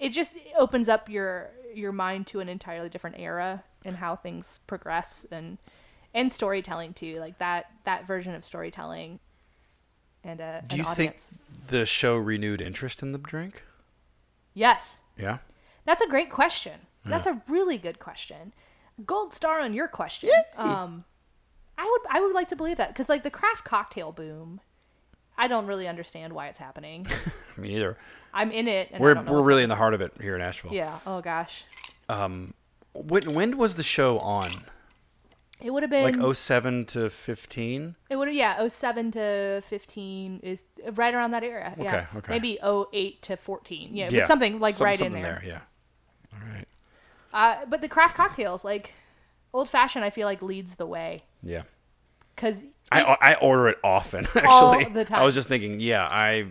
Speaker 1: It just opens up your your mind to an entirely different era and how things progress and and storytelling too. Like that that version of storytelling and a
Speaker 2: Do
Speaker 1: an
Speaker 2: you
Speaker 1: audience.
Speaker 2: think the show renewed interest in the drink?
Speaker 1: Yes.
Speaker 2: Yeah.
Speaker 1: That's a great question. That's a really good question. Gold star on your question. Um, I would I would like to believe that because like the craft cocktail boom, I don't really understand why it's happening.
Speaker 2: I mean, either
Speaker 1: I'm in it. And I
Speaker 2: we're
Speaker 1: don't know
Speaker 2: we're
Speaker 1: what's-
Speaker 2: really in the heart of it here in Nashville.
Speaker 1: yeah. Oh gosh,
Speaker 2: When when was the show on?
Speaker 1: it would have
Speaker 2: Like
Speaker 1: been
Speaker 2: 07 to 15?
Speaker 1: it would have yeah 07 to 15 is right around that area. yeah.
Speaker 2: Okay, okay.
Speaker 1: Maybe 08 to 14. Yeah, but something like
Speaker 2: Some-
Speaker 1: right
Speaker 2: something
Speaker 1: in there.
Speaker 2: Yeah. All right.
Speaker 1: Uh, but the craft cocktails like old fashioned, I feel like leads the way
Speaker 2: Yeah.
Speaker 1: because
Speaker 2: I, I order it often actually.
Speaker 1: All the time.
Speaker 2: I was just thinking, yeah, I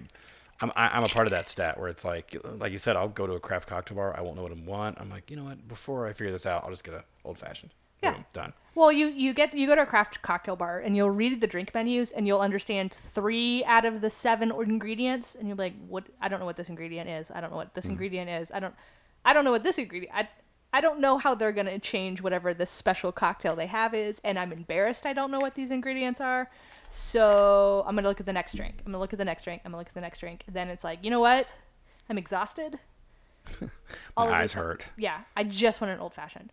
Speaker 2: I'm I- I'm a part of that stat where it's like like you said, I'll go to a craft cocktail bar, I won't know what I want. I'm like, you know what? Before I figure this out, I'll just get a old fashioned.
Speaker 1: Yeah.
Speaker 2: Boom, done.
Speaker 1: Well, you you get you go to a craft cocktail bar and you'll read the drink menus and you'll understand three out of the seven or- ingredients and you're like, what? I don't know what this ingredient is. I don't know what this ingredient is. I don't, I don't know what this ingredient. I, I don't know how they're gonna change whatever this special cocktail they have is, and I'm embarrassed. I don't know what these ingredients are. So I'm gonna look at the next drink. I'm gonna look at the next drink. I'm gonna look at the next drink. Then it's like, you know what? I'm exhausted. All of
Speaker 2: My eyes
Speaker 1: these-
Speaker 2: hurt.
Speaker 1: Yeah, I just want an old fashioned.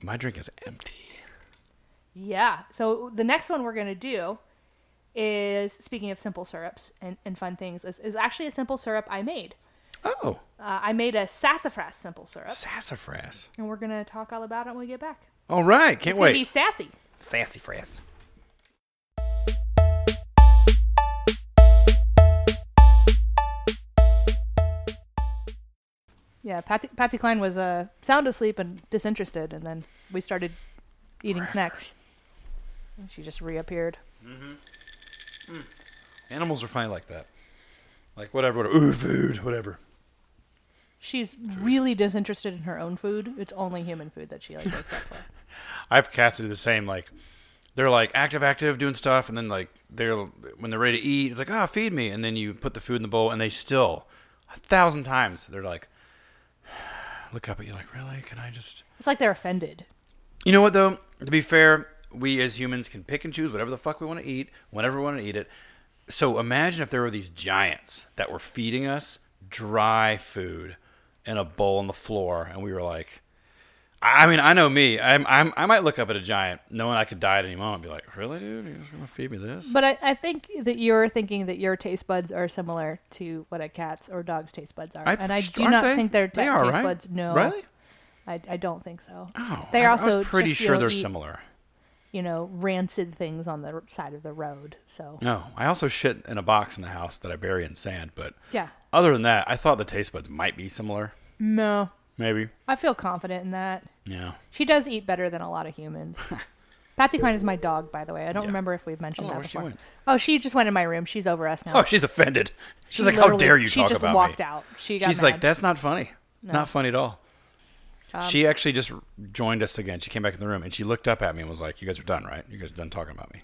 Speaker 2: My drink is empty.
Speaker 1: Yeah. So the next one we're going to do is speaking of simple syrups and, and fun things is, is actually a simple syrup I made.
Speaker 2: Oh,
Speaker 1: Uh, I made a sassafras simple syrup,
Speaker 2: sassafras.
Speaker 1: and we're going to talk all about it when we get back.
Speaker 2: All right, can't
Speaker 1: It's going
Speaker 2: wait.
Speaker 1: to be sassy.
Speaker 2: Sassafras.
Speaker 1: Yeah. Patsy, Patsy Klein was uh, sound asleep and disinterested, and then we started eating snacks. And she just reappeared.
Speaker 2: Animals are funny like that. Like whatever, whatever. Ooh, food, whatever.
Speaker 1: She's really disinterested in her own food. It's only human food that she like wakes up for.
Speaker 2: I have cats that do the same. Like they're like active, active, doing stuff, and then like they're when they're ready to eat, it's like ah, feed me, and then you put the food in the bowl, and they still a thousand times they're like look up at you like really can I just
Speaker 1: It's like they're offended.
Speaker 2: you know what though to be fair we as humans can pick and choose whatever the fuck we want to eat whenever we want to eat it so imagine if there were these giants that were feeding us dry food in a bowl on the floor and we were like I mean, I know me. I'm, I'm, I might look up at a giant, knowing I could die at any moment, and be like, "Really, dude? You're gonna feed me this?"
Speaker 1: But I, I think that you're thinking that your taste buds are similar to what a cat's or dog's taste buds are,
Speaker 2: I-
Speaker 1: and I do
Speaker 2: aren't
Speaker 1: not
Speaker 2: they?
Speaker 1: think their ta-
Speaker 2: They are,
Speaker 1: taste
Speaker 2: right?
Speaker 1: buds. No,
Speaker 2: Really?
Speaker 1: I, I don't think so.
Speaker 2: Oh,
Speaker 1: they're
Speaker 2: I,
Speaker 1: also
Speaker 2: I was pretty
Speaker 1: just, e- you
Speaker 2: sure
Speaker 1: know,
Speaker 2: they're
Speaker 1: eat,
Speaker 2: similar.
Speaker 1: You know, rancid things on the r- side of the road. So
Speaker 2: No, I also shit in a box in the house that I bury in sand. But
Speaker 1: yeah,
Speaker 2: other than that, I thought the taste buds might be similar.
Speaker 1: no,
Speaker 2: Maybe.
Speaker 1: I feel confident in that.
Speaker 2: Yeah.
Speaker 1: She does eat better than a lot of humans. Patsy Klein is my dog, by the way. I don't remember if we've mentioned
Speaker 2: Oh,
Speaker 1: that
Speaker 2: where she
Speaker 1: before.
Speaker 2: went?
Speaker 1: oh, she just went in my room. She's over us now.
Speaker 2: Oh, she's offended. She's
Speaker 1: She
Speaker 2: like, "How
Speaker 1: literally-
Speaker 2: dare you
Speaker 1: She
Speaker 2: talk
Speaker 1: just
Speaker 2: about
Speaker 1: walked
Speaker 2: me?"
Speaker 1: out. She got
Speaker 2: She's like,
Speaker 1: mad. Um,
Speaker 2: "That's not funny. Not funny at all." she actually just joined us again. She came back in the room and she looked up at me and was like, "You guys are done, right? You guys are done talking about me."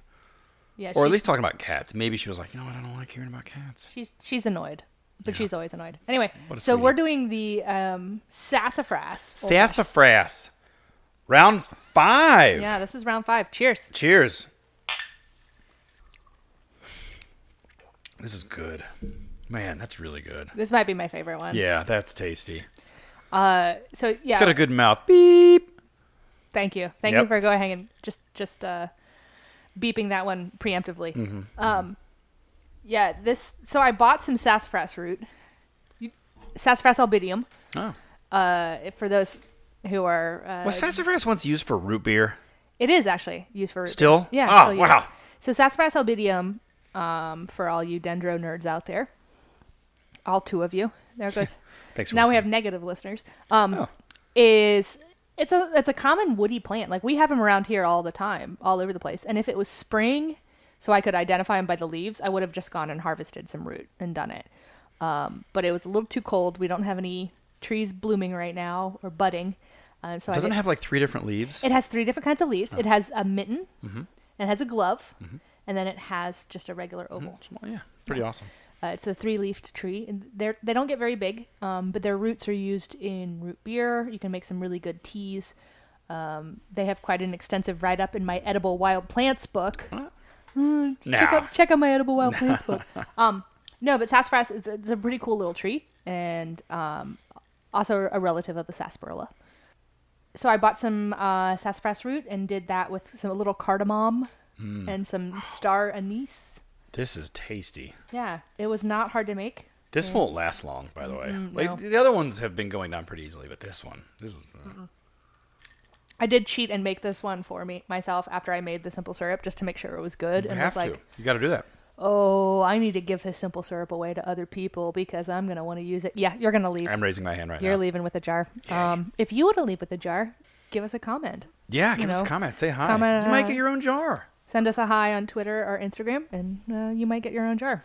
Speaker 1: Yeah,
Speaker 2: or at
Speaker 1: she's-
Speaker 2: least talking about cats. Maybe she was like, you know what, I don't like hearing about cats.
Speaker 1: she's she's annoyed, but she's always annoyed. Anyway,
Speaker 2: What a
Speaker 1: so
Speaker 2: sweetie.
Speaker 1: we're doing the um, sassafras. Old-
Speaker 2: Sassafras, round five.
Speaker 1: yeah, this is round five. Cheers.
Speaker 2: Cheers. This is good, man. That's really good.
Speaker 1: This might be my favorite one.
Speaker 2: Yeah, that's tasty.
Speaker 1: Uh, so yeah,
Speaker 2: It's got a good mouth. Beep.
Speaker 1: thank you, thank you
Speaker 2: Yep.
Speaker 1: for going ahead and just just uh, beeping that one preemptively.
Speaker 2: Mm-hmm.
Speaker 1: Um, yeah, this. So I bought some sassafras root, You- sassafras albidium.
Speaker 2: Oh,
Speaker 1: Uh, for those who are, uh,
Speaker 2: was sassafras once used for root beer?
Speaker 1: it is actually used for root beer.
Speaker 2: Still?
Speaker 1: Yeah.
Speaker 2: Oh,
Speaker 1: still used.
Speaker 2: wow.
Speaker 1: So sassafras albidium, um, for all you dendro nerds out there, all two of you. There it goes.
Speaker 2: Thanks for
Speaker 1: now we
Speaker 2: listening.
Speaker 1: have negative listeners. Um,
Speaker 2: Oh.
Speaker 1: is it's a it's a common woody plant. Like we have them around here all the time, all over the place. And if it was spring, so I could identify them by the leaves, I would have just gone and harvested some root and done it. Um, but it was a little too cold. We don't have any trees blooming right now or budding, uh, so I
Speaker 2: Oh, Doesn't it
Speaker 1: did-
Speaker 2: have like three different leaves?
Speaker 1: it has three different kinds of leaves. It has a mitten, it has a glove, and then it has just a regular oval.
Speaker 2: Well, yeah, pretty awesome.
Speaker 1: Uh, it's a three-leafed tree, and they're they don't get very big, um, but their roots are used in root beer. You can make some really good teas. Um, they have quite an extensive write-up in my edible wild plants book. Mm, Check
Speaker 2: No.
Speaker 1: out check out my edible wild plants book. Um, no, but sassafras is a, it's a pretty cool little tree, and um, also a relative of the sarsaparilla. So I bought some uh, sassafras root and did that with some a little cardamom and some star anise.
Speaker 2: This is tasty.
Speaker 1: Yeah, it was not hard to make.
Speaker 2: This won't last long, by the way. like
Speaker 1: no.
Speaker 2: the other ones have been going down pretty easily, but this one, this is
Speaker 1: I did cheat and make this one for me myself after I made the simple syrup just to make sure it was good.
Speaker 2: you
Speaker 1: and was
Speaker 2: have
Speaker 1: like,
Speaker 2: to. You got to do that.
Speaker 1: oh, I need to give this simple syrup away to other people because I'm gonna want to use it. Yeah, you're gonna leave.
Speaker 2: I'm raising my hand right
Speaker 1: you're
Speaker 2: now.
Speaker 1: leaving with a jar. Um, if you want to leave with a jar, give us a comment.
Speaker 2: yeah, give us
Speaker 1: know,
Speaker 2: a comment. Say hi.
Speaker 1: comment,
Speaker 2: you might
Speaker 1: uh,
Speaker 2: get your own jar.
Speaker 1: Send us a hi on Twitter or Instagram, and uh, you might get your own jar.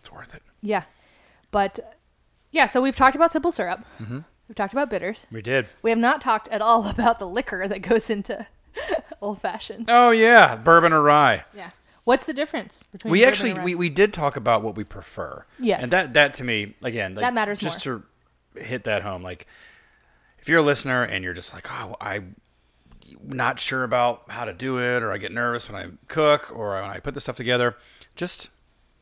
Speaker 2: It's worth it.
Speaker 1: Yeah, but yeah. So we've talked about simple syrup.
Speaker 2: Mm-hmm.
Speaker 1: We've talked about bitters.
Speaker 2: We did.
Speaker 1: We have not talked at all about the liquor that goes into old fashions.
Speaker 2: Oh yeah, bourbon or rye.
Speaker 1: Yeah. What's the difference between
Speaker 2: We
Speaker 1: bourbon
Speaker 2: actually
Speaker 1: and rye?
Speaker 2: we, we did talk about what we prefer.
Speaker 1: Yes.
Speaker 2: And that that to me again like,
Speaker 1: That matters
Speaker 2: just to hit that home like if you're a listener and you're just like oh I not sure about how to do it or I get nervous when I cook or when I put this stuff together just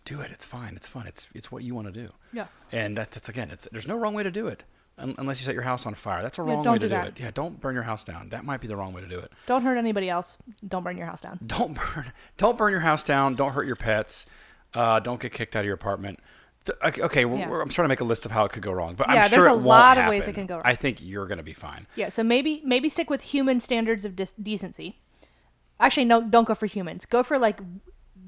Speaker 2: do it it's fine it's fun it's it's what you want to do.
Speaker 1: Yeah.
Speaker 2: And that's, that's again it's there's no wrong way to do it un- unless you set your house on fire. That's a wrong
Speaker 1: don't
Speaker 2: way
Speaker 1: do
Speaker 2: to do
Speaker 1: that.
Speaker 2: it. Yeah, don't burn your house down. That might be the wrong way to do it.
Speaker 1: Don't hurt anybody else. Don't burn your house down.
Speaker 2: don't burn don't burn your house down don't hurt your pets uh, don't get kicked out of your apartment Th- okay, okay we're,
Speaker 1: Yeah.
Speaker 2: we're- i'm trying to make a list of how it could go wrong but
Speaker 1: Yeah,
Speaker 2: i'm
Speaker 1: there's
Speaker 2: sure
Speaker 1: a
Speaker 2: it won't
Speaker 1: lot of ways it
Speaker 2: happen.
Speaker 1: can go wrong.
Speaker 2: i think you're gonna be fine
Speaker 1: Yeah, so maybe maybe stick with human standards of dis- decency. Actually, no, don't go for humans. Go for like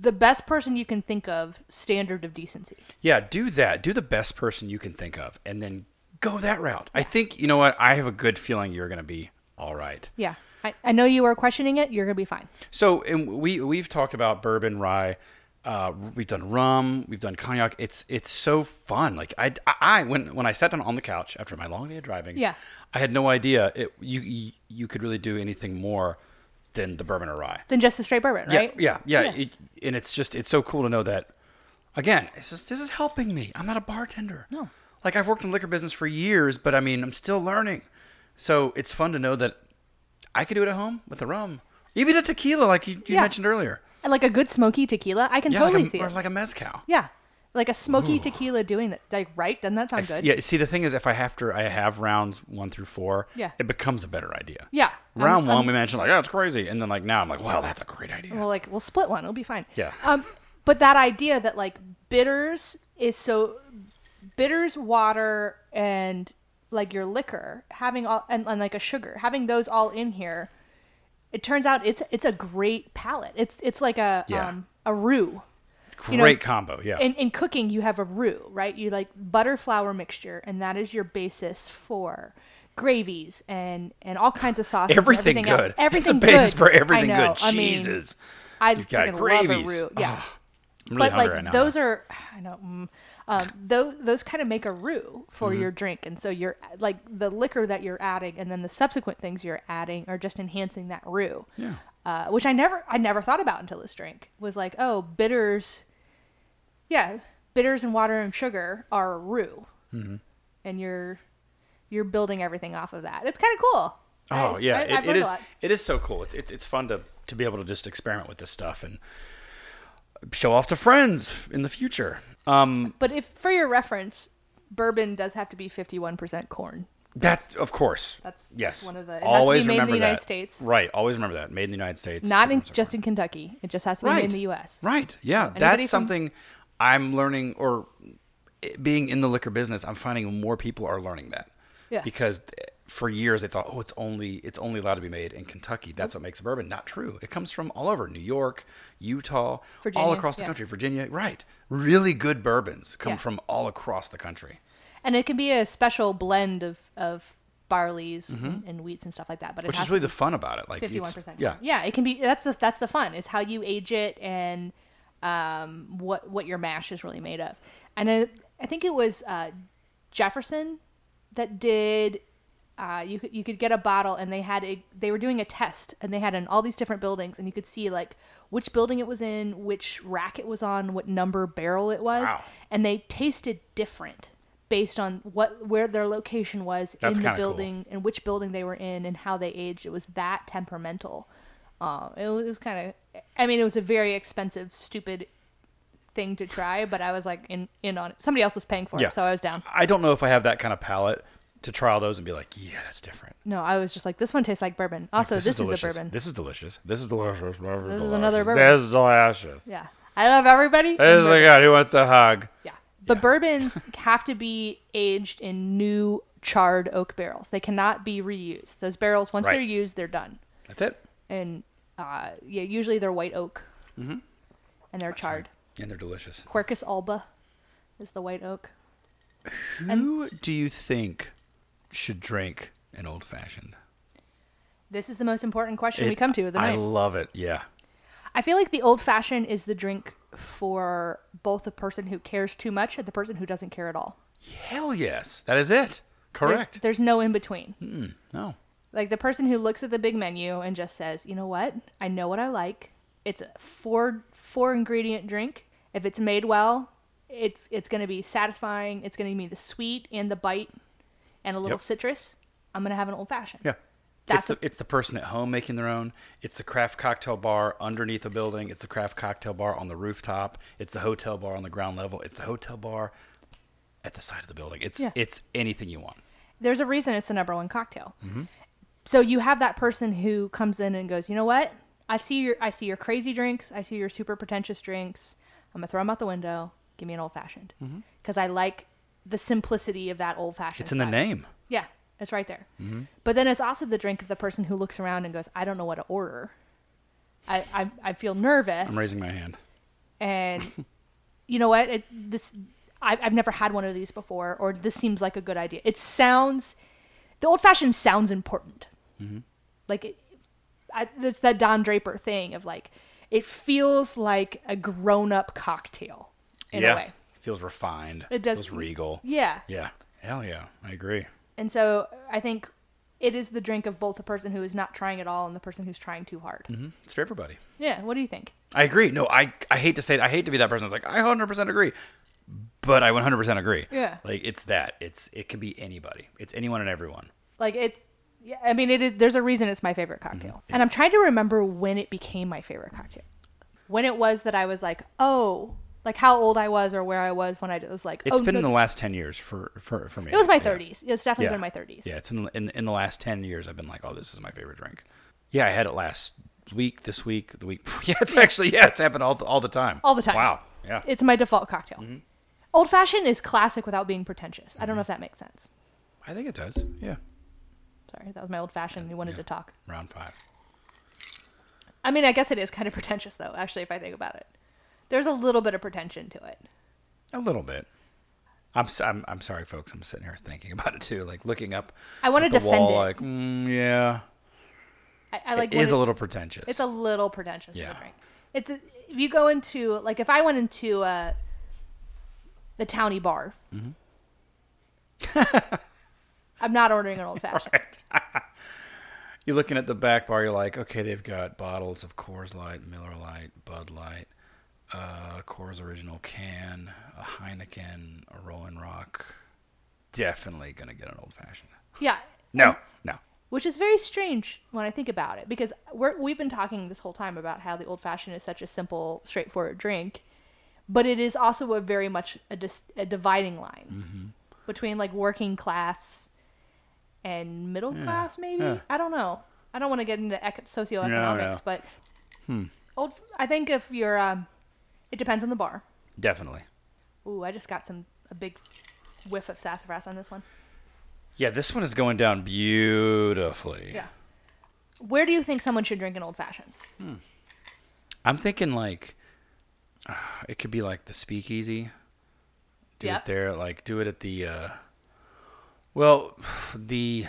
Speaker 1: the best person you can think of standard of decency.
Speaker 2: yeah do that do the best person you can think of and then go that route i think you know what i have a good feeling you're gonna be all right
Speaker 1: Yeah. I, I know you are questioning it. You're going to be fine.
Speaker 2: So and we we've talked about bourbon, rye. Uh, we've done rum. We've done cognac. It's it's so fun. Like I, I when when I sat down on the couch after my long day of driving,
Speaker 1: Yeah.
Speaker 2: I had no idea it you you, you could really do anything more than the bourbon or rye.
Speaker 1: Then just the straight bourbon, right?
Speaker 2: Yeah, yeah, yeah. It, and it's just it's so cool to know that. Again, it's just, this is helping me. I'm not a bartender.
Speaker 1: No.
Speaker 2: Like I've worked in liquor business for years, but I mean I'm still learning. So it's fun to know that I could do it at home with the rum, even the tequila, like you, you
Speaker 1: Yeah.
Speaker 2: mentioned earlier.
Speaker 1: And like a good smoky tequila, I can
Speaker 2: Yeah,
Speaker 1: totally
Speaker 2: like a,
Speaker 1: see
Speaker 2: or
Speaker 1: it.
Speaker 2: like a mezcal.
Speaker 1: yeah. Like a smoky tequila doing that, like right? Doesn't that sound good?
Speaker 2: Yeah. See, the thing is, if I have to, I have rounds one through four.
Speaker 1: Yeah.
Speaker 2: It becomes a better idea.
Speaker 1: Yeah. I'm-
Speaker 2: Round one,
Speaker 1: I'm-
Speaker 2: we mentioned like, oh, it's crazy, and then like now I'm like, wow, that's a great idea.
Speaker 1: We'll like we'll split one. It'll be fine.
Speaker 2: Yeah.
Speaker 1: Um, but that idea that like bitters is so bitters, water, and like your liquor having all and, and like a sugar having those all in here. It turns out it's it's a great palate. It's it's like a
Speaker 2: Yeah.
Speaker 1: um a roux.
Speaker 2: great
Speaker 1: you know,
Speaker 2: combo. Yeah.
Speaker 1: In in cooking, you have a roux, right? You like butter flour mixture, and that is your basis for gravies and and all kinds of sauces. and
Speaker 2: everything,
Speaker 1: everything
Speaker 2: good.
Speaker 1: Else. Everything
Speaker 2: it's a base
Speaker 1: good.
Speaker 2: for
Speaker 1: I
Speaker 2: everything
Speaker 1: know.
Speaker 2: good.
Speaker 1: I mean,
Speaker 2: Jesus.
Speaker 1: I
Speaker 2: You've got
Speaker 1: freaking love a
Speaker 2: gravies.
Speaker 1: roux. Yeah.
Speaker 2: Ah, I'm really
Speaker 1: but
Speaker 2: hungry
Speaker 1: like
Speaker 2: right now.
Speaker 1: those are, I know, mm, um, those those kind of make a roux for
Speaker 2: Mm-hmm.
Speaker 1: your drink, and so you're like the liquor that you're adding, and then the subsequent things you're adding are just enhancing that roux.
Speaker 2: Yeah.
Speaker 1: Uh, which I never I never thought about until this drink was like, oh, bitters. Yeah, bitters and water and sugar are a roux,
Speaker 2: Mm-hmm.
Speaker 1: and you're you're building everything off of that. It's kind of cool.
Speaker 2: Oh
Speaker 1: I-
Speaker 2: yeah,
Speaker 1: I-
Speaker 2: it-
Speaker 1: I've
Speaker 2: it
Speaker 1: learned a
Speaker 2: is.
Speaker 1: lot.
Speaker 2: It is so cool. It's, it's it's fun to to be able to just experiment with this stuff and show off to friends in the future. Um,
Speaker 1: But if for your reference, bourbon does have to be fifty one percent corn.
Speaker 2: that's of course.
Speaker 1: That's- that's
Speaker 2: yes.
Speaker 1: one of the- it has to be
Speaker 2: always
Speaker 1: made in the
Speaker 2: remember
Speaker 1: United
Speaker 2: that.
Speaker 1: States.
Speaker 2: Right. Always remember that. Made in the United States.
Speaker 1: Not in,
Speaker 2: 51%
Speaker 1: just in Kentucky. It just has to be
Speaker 2: right.
Speaker 1: in the U.S.
Speaker 2: Right. Yeah.
Speaker 1: anybody
Speaker 2: That's
Speaker 1: from-
Speaker 2: something I'm learning, or it- being in the liquor business, I'm finding more people are learning that.
Speaker 1: Yeah.
Speaker 2: Because th- for years they thought, oh, it's only it's only allowed to be made in Kentucky. That's what makes bourbon. Not true. It comes from all over New York, Utah, all
Speaker 1: Virginia,
Speaker 2: across the
Speaker 1: yeah.
Speaker 2: country. Virginia. Right. Really good bourbons come
Speaker 1: Yeah.
Speaker 2: from all across the country.
Speaker 1: And it can be a special blend of of barleys and, and wheats and stuff like that. But it
Speaker 2: Mm-hmm. Which
Speaker 1: has
Speaker 2: is really the fun about it. Like it's-
Speaker 1: fifty-one percent.
Speaker 2: Yeah.
Speaker 1: yeah. It can be. That's the that's the fun is how you age it and um, what what your mash is really made of. And I, I think it was uh, Jefferson that did. Uh, you could you could get a bottle, and they had a they were doing a test, and they had in all these different buildings, and you could see like which building it was in, which rack it was on, what number barrel it was,
Speaker 2: Wow.
Speaker 1: and they tasted different based on what where their location was
Speaker 2: That's
Speaker 1: in the
Speaker 2: kinda cool.
Speaker 1: building and which building they were in and how they aged. It was that temperamental. Um, it was, it was kind of, I mean, it was a very expensive, stupid thing to try, but I was like in in on it. Somebody else was paying for
Speaker 2: Yeah.
Speaker 1: it, so I was down.
Speaker 2: I don't know if I have that kind of palate to try all those and be like, yeah, that's different.
Speaker 1: No, I was just like, this one tastes like bourbon. Also, this, is, a
Speaker 2: delicious.
Speaker 1: bourbon.
Speaker 2: This is delicious. This is delicious. This
Speaker 1: is another bourbon.
Speaker 2: This is delicious.
Speaker 1: yeah, I love everybody.
Speaker 2: This is
Speaker 1: and
Speaker 2: the
Speaker 1: bourbon.
Speaker 2: guy who wants a hug.
Speaker 1: yeah, but bourbons have to be aged in new charred oak barrels. They cannot be reused. Those barrels, once
Speaker 2: Right.
Speaker 1: they're used, they're done.
Speaker 2: That's it.
Speaker 1: and uh, yeah, usually they're white oak,
Speaker 2: Mm-hmm.
Speaker 1: and they're charred.
Speaker 2: And they're delicious.
Speaker 1: Quercus alba is the white oak.
Speaker 2: Who do you think should drink an old fashioned?
Speaker 1: This is the most important question we come to of the
Speaker 2: I
Speaker 1: night.
Speaker 2: love it. Yeah.
Speaker 1: I feel like the old fashioned is the drink for both the person who cares too much and the person who doesn't care at all.
Speaker 2: Hell yes. That is it.
Speaker 1: There's-
Speaker 2: Correct.
Speaker 1: There's, no in between.
Speaker 2: no.
Speaker 1: Like the person who looks at the big menu and just says, "You know what? I know what I like. It's a four four ingredient drink. If it's made well, it's it's going to be satisfying. It's going to be the sweet and the bite and a little
Speaker 2: Yep.
Speaker 1: citrus. I'm going to have an old fashioned."
Speaker 2: Yeah.
Speaker 1: That's
Speaker 2: it's, the, it's the person at home making their own. It's the craft cocktail bar underneath a building. It's the craft cocktail bar on the rooftop. It's the hotel bar on the ground level. It's the hotel bar at the side of the building. It's
Speaker 1: Yeah.
Speaker 2: it's anything you want.
Speaker 1: There's a reason it's the number one cocktail.
Speaker 2: Mm-hmm.
Speaker 1: So you have that person who comes in and goes, "You know what? I see your I see your crazy drinks. I see your super pretentious drinks. I'm gonna throw them out the window. Give me an old fashioned because I like." The simplicity of that old fashioned.
Speaker 2: Mm-hmm. It's in the name.
Speaker 1: Yeah, it's right there.
Speaker 2: Mm-hmm.
Speaker 1: But then it's also the drink of the person who looks around and goes, I don't know what to order. I, I, I feel nervous.
Speaker 2: I'm raising my hand.
Speaker 1: And you know what? It, this I, I've never had one of these before, or this seems like a good idea. It sounds, the old fashioned sounds important.
Speaker 2: Mm-hmm.
Speaker 1: Like it, I, it's that Don Draper thing of like, it feels like a grown up cocktail in a way.
Speaker 2: It feels refined.
Speaker 1: It does-
Speaker 2: Feels regal.
Speaker 1: Yeah.
Speaker 2: Yeah. Hell yeah. I agree.
Speaker 1: And so I think it is the drink of both the person who is not trying at all and the person who's trying too hard.
Speaker 2: It's for everybody.
Speaker 1: Yeah, what do you think?
Speaker 2: I agree. No, I I hate to say it. I hate to be that person. that's like I 100% agree. But I 100% agree.
Speaker 1: Yeah.
Speaker 2: Like it's that. It's it can be anybody. It's anyone and everyone.
Speaker 1: Like it's yeah, I mean it is there's a reason it's my favorite
Speaker 2: Mm-hmm.
Speaker 1: cocktail. And I'm trying to remember when it became my favorite cocktail. When it was that I was like, "Oh, like how old I was or where I was when I did- was like.
Speaker 2: It's
Speaker 1: It's
Speaker 2: been in the last ten years for for, for me.
Speaker 1: Oh, It was my
Speaker 2: Yeah.
Speaker 1: 30s. It's definitely
Speaker 2: Yeah.
Speaker 1: been my 30s.
Speaker 2: Yeah, it's in, in in the last ten years. I've been like, oh, this is my favorite drink. Yeah, I had it last week, this week, the week. Yeah, it's actually yeah, it's happened all the, all the time.
Speaker 1: All the time.
Speaker 2: Wow. Yeah. Mm-hmm.
Speaker 1: It's my default cocktail. Old fashioned is classic without being pretentious. I don't know if that makes sense.
Speaker 2: I think it does. Yeah.
Speaker 1: Sorry, that was my old fashioned. You wanted to talk.
Speaker 2: Round five.
Speaker 1: I mean, I guess it is kind of pretentious though. Actually, if I think about it, there's a little bit of pretension to it.
Speaker 2: A little bit. I'm, s- I'm I'm sorry, folks. I'm sitting here thinking about it too, like looking up.
Speaker 1: I wanna
Speaker 2: at the
Speaker 1: defend
Speaker 2: wall,
Speaker 1: it.
Speaker 2: Like, mm, yeah,
Speaker 1: I, I like
Speaker 2: it is
Speaker 1: wanted-
Speaker 2: a little pretentious.
Speaker 1: It's a little pretentious
Speaker 2: Yeah.
Speaker 1: of a drink. It's a, if you go into like if I went into uh the towny bar.
Speaker 2: Mm-hmm.
Speaker 1: I'm not ordering an old fashioned.
Speaker 2: You're looking at the back bar. You're like, okay, they've got bottles of Coors Light, Miller Light, Bud Light, uh, Coors Original Can, a Heineken, a Rolling Rock. Definitely gonna get an old fashioned.
Speaker 1: Yeah,
Speaker 2: No, no.
Speaker 1: which is very strange when I think about it because we're, we've been talking this whole time about how the old fashioned is such a simple, straightforward drink, but it is also a very much a, dis- a dividing line
Speaker 2: Mm-hmm.
Speaker 1: between like working class and middle class. Maybe
Speaker 2: yeah.
Speaker 1: I don't know. I don't want to get into ec- socioeconomics,
Speaker 2: yeah. Hmm.
Speaker 1: but old. I think if you're, um, it depends on the bar.
Speaker 2: Definitely.
Speaker 1: Ooh, I just got some a big whiff of sassafras on this one.
Speaker 2: Yeah, this one is going down beautifully.
Speaker 1: Yeah. Where do you think someone should drink an old fashioned?
Speaker 2: I'm thinking like uh, it could be like the speakeasy. Do
Speaker 1: Yep.
Speaker 2: it there, like do it at the uh well, the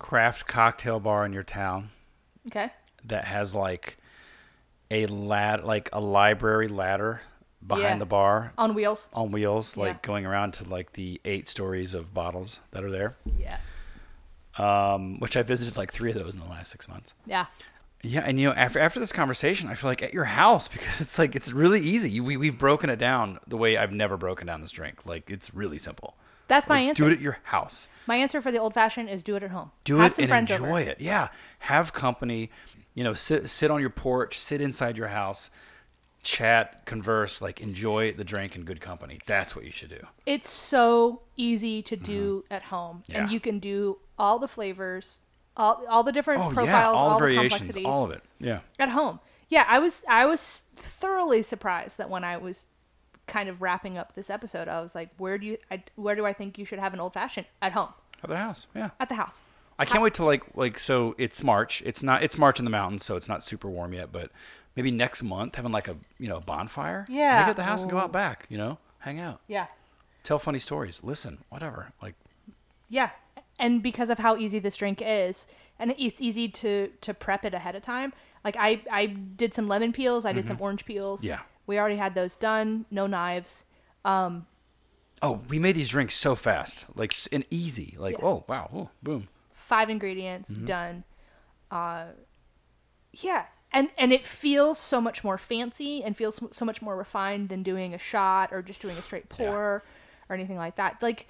Speaker 2: craft cocktail bar in your town
Speaker 1: Okay.
Speaker 2: that has like a lad like a library ladder behind
Speaker 1: Yeah.
Speaker 2: the bar
Speaker 1: On wheels.
Speaker 2: on wheels, like
Speaker 1: Yeah.
Speaker 2: going around to like the eight stories of bottles that are there.
Speaker 1: Yeah.
Speaker 2: Um, which I visited like three of those in the last six months.
Speaker 1: Yeah.
Speaker 2: Yeah, and you know, after after this conversation, I feel like at your house because it's like it's really easy. You- We we've broken it down the way I've never broken down this drink. Like it's really simple.
Speaker 1: That's my
Speaker 2: Like,
Speaker 1: answer.
Speaker 2: Do it at your house.
Speaker 1: My answer for the old fashioned is do it at home.
Speaker 2: Do
Speaker 1: Have
Speaker 2: it
Speaker 1: some
Speaker 2: and
Speaker 1: friends
Speaker 2: enjoy
Speaker 1: over.
Speaker 2: it. Yeah, have company. You know, sit sit on your porch, sit inside your house, chat, converse, like enjoy the drink and good company. That's what you should do.
Speaker 1: It's so easy to do at home, and
Speaker 2: Mm-hmm. Yeah.
Speaker 1: you can do all the flavors, all all the different
Speaker 2: Oh
Speaker 1: profiles,
Speaker 2: yeah, all,
Speaker 1: all,
Speaker 2: the
Speaker 1: the
Speaker 2: variations,
Speaker 1: complexities
Speaker 2: all of it. Yeah.
Speaker 1: at home. Yeah, I was I was thoroughly surprised that when I was kind of wrapping up this episode, I was like, where do you I, where do I think you should have an old fashioned at home
Speaker 2: At the house. Yeah.
Speaker 1: at the house?
Speaker 2: I can't wait to like like so it's March. It's not it's March in the mountains, so it's not super warm yet, but maybe next month having like a you know, a bonfire.
Speaker 1: Yeah.
Speaker 2: Make it the house and go out back, you know? Hang out.
Speaker 1: Yeah,
Speaker 2: Tell funny stories. Listen, whatever. Like
Speaker 1: Yeah, and because of how easy this drink is, and it's easy to to prep it ahead of time. Like I I did some lemon peels, I did some orange peels.
Speaker 2: Yeah.
Speaker 1: we already had those done. No knives.
Speaker 2: oh, we made these drinks so fast. Like s- and easy. Like,
Speaker 1: Yeah.
Speaker 2: oh wow, oh, boom.
Speaker 1: Five ingredients
Speaker 2: Mm-hmm.
Speaker 1: done. Uh, yeah, and and it feels so much more fancy and feels so much more refined than doing a shot or just doing a straight pour or anything like that. Like.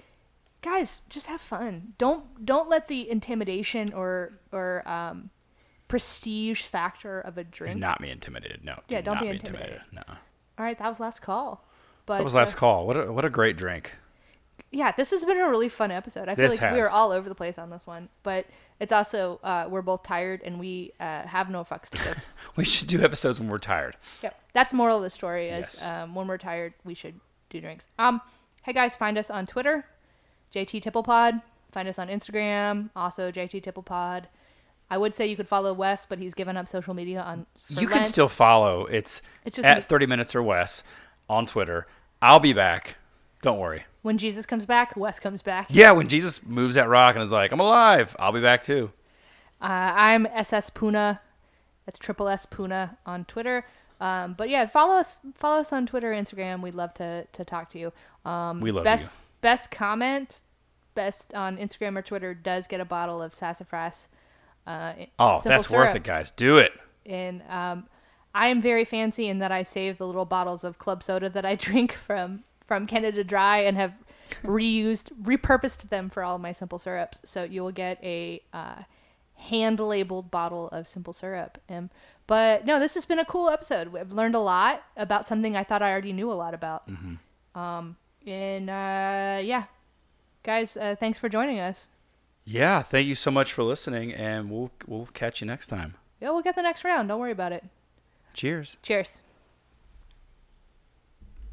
Speaker 1: Guys, just have fun. Don't don't let the intimidation or or um, prestige factor of a drink
Speaker 2: Not be intimidated. No.
Speaker 1: Yeah,
Speaker 2: do
Speaker 1: don't
Speaker 2: not
Speaker 1: be intimidated.
Speaker 2: No.
Speaker 1: All right, that was last call. But
Speaker 2: That was
Speaker 1: uh,
Speaker 2: last call. What a what a great drink.
Speaker 1: yeah, this has been a really fun episode. I feel
Speaker 2: This
Speaker 1: like we
Speaker 2: has.
Speaker 1: were all over the place on this one, but it's also uh, we're both tired and we uh, have no fucks to give.
Speaker 2: We should do episodes when we're tired.
Speaker 1: yep. That's the moral of the story is
Speaker 2: Yes.
Speaker 1: um, when we're tired, we should do drinks. Um, hey guys, find us on Twitter, JT Tipplepod. Find us on Instagram, also JT Tipplepod. I would say you could follow Wes, but he's given up social media on. for
Speaker 2: you can
Speaker 1: Lent.
Speaker 2: still follow. It's,
Speaker 1: It's just
Speaker 2: at
Speaker 1: me.
Speaker 2: 30 minutes or less on Twitter. I'll be back. Don't worry.
Speaker 1: when Jesus comes back, Wes comes back.
Speaker 2: Yeah, when Jesus moves that rock and is like, "I'm alive," I'll be back too.
Speaker 1: Uh, I'm SS Puna. That's triple S Puna on Twitter. Um, but yeah, follow us. Follow us on Twitter, Instagram. We'd love to to talk to you. Um,
Speaker 2: We love
Speaker 1: best
Speaker 2: you.
Speaker 1: best comment, best on Instagram or Twitter does get a bottle of sassafras. Uh,
Speaker 2: Oh,
Speaker 1: simple
Speaker 2: that's worth
Speaker 1: syrup.
Speaker 2: it, guys. Do it.
Speaker 1: And um, I am very fancy in that I save the little bottles of club soda that I drink from from Canada Dry and have reused, repurposed them for all of my simple syrups. So you will get a uh, hand labeled bottle of simple syrup. Um, but no, this has been a cool episode. I've learned a lot about something I thought I already knew a lot about. Um, and uh, yeah, guys, uh, thanks for joining us.
Speaker 2: Yeah, thank you so much for listening, and we'll we'll catch you next time.
Speaker 1: Yeah, we'll get the next round. Don't worry about it.
Speaker 2: Cheers.
Speaker 1: Cheers.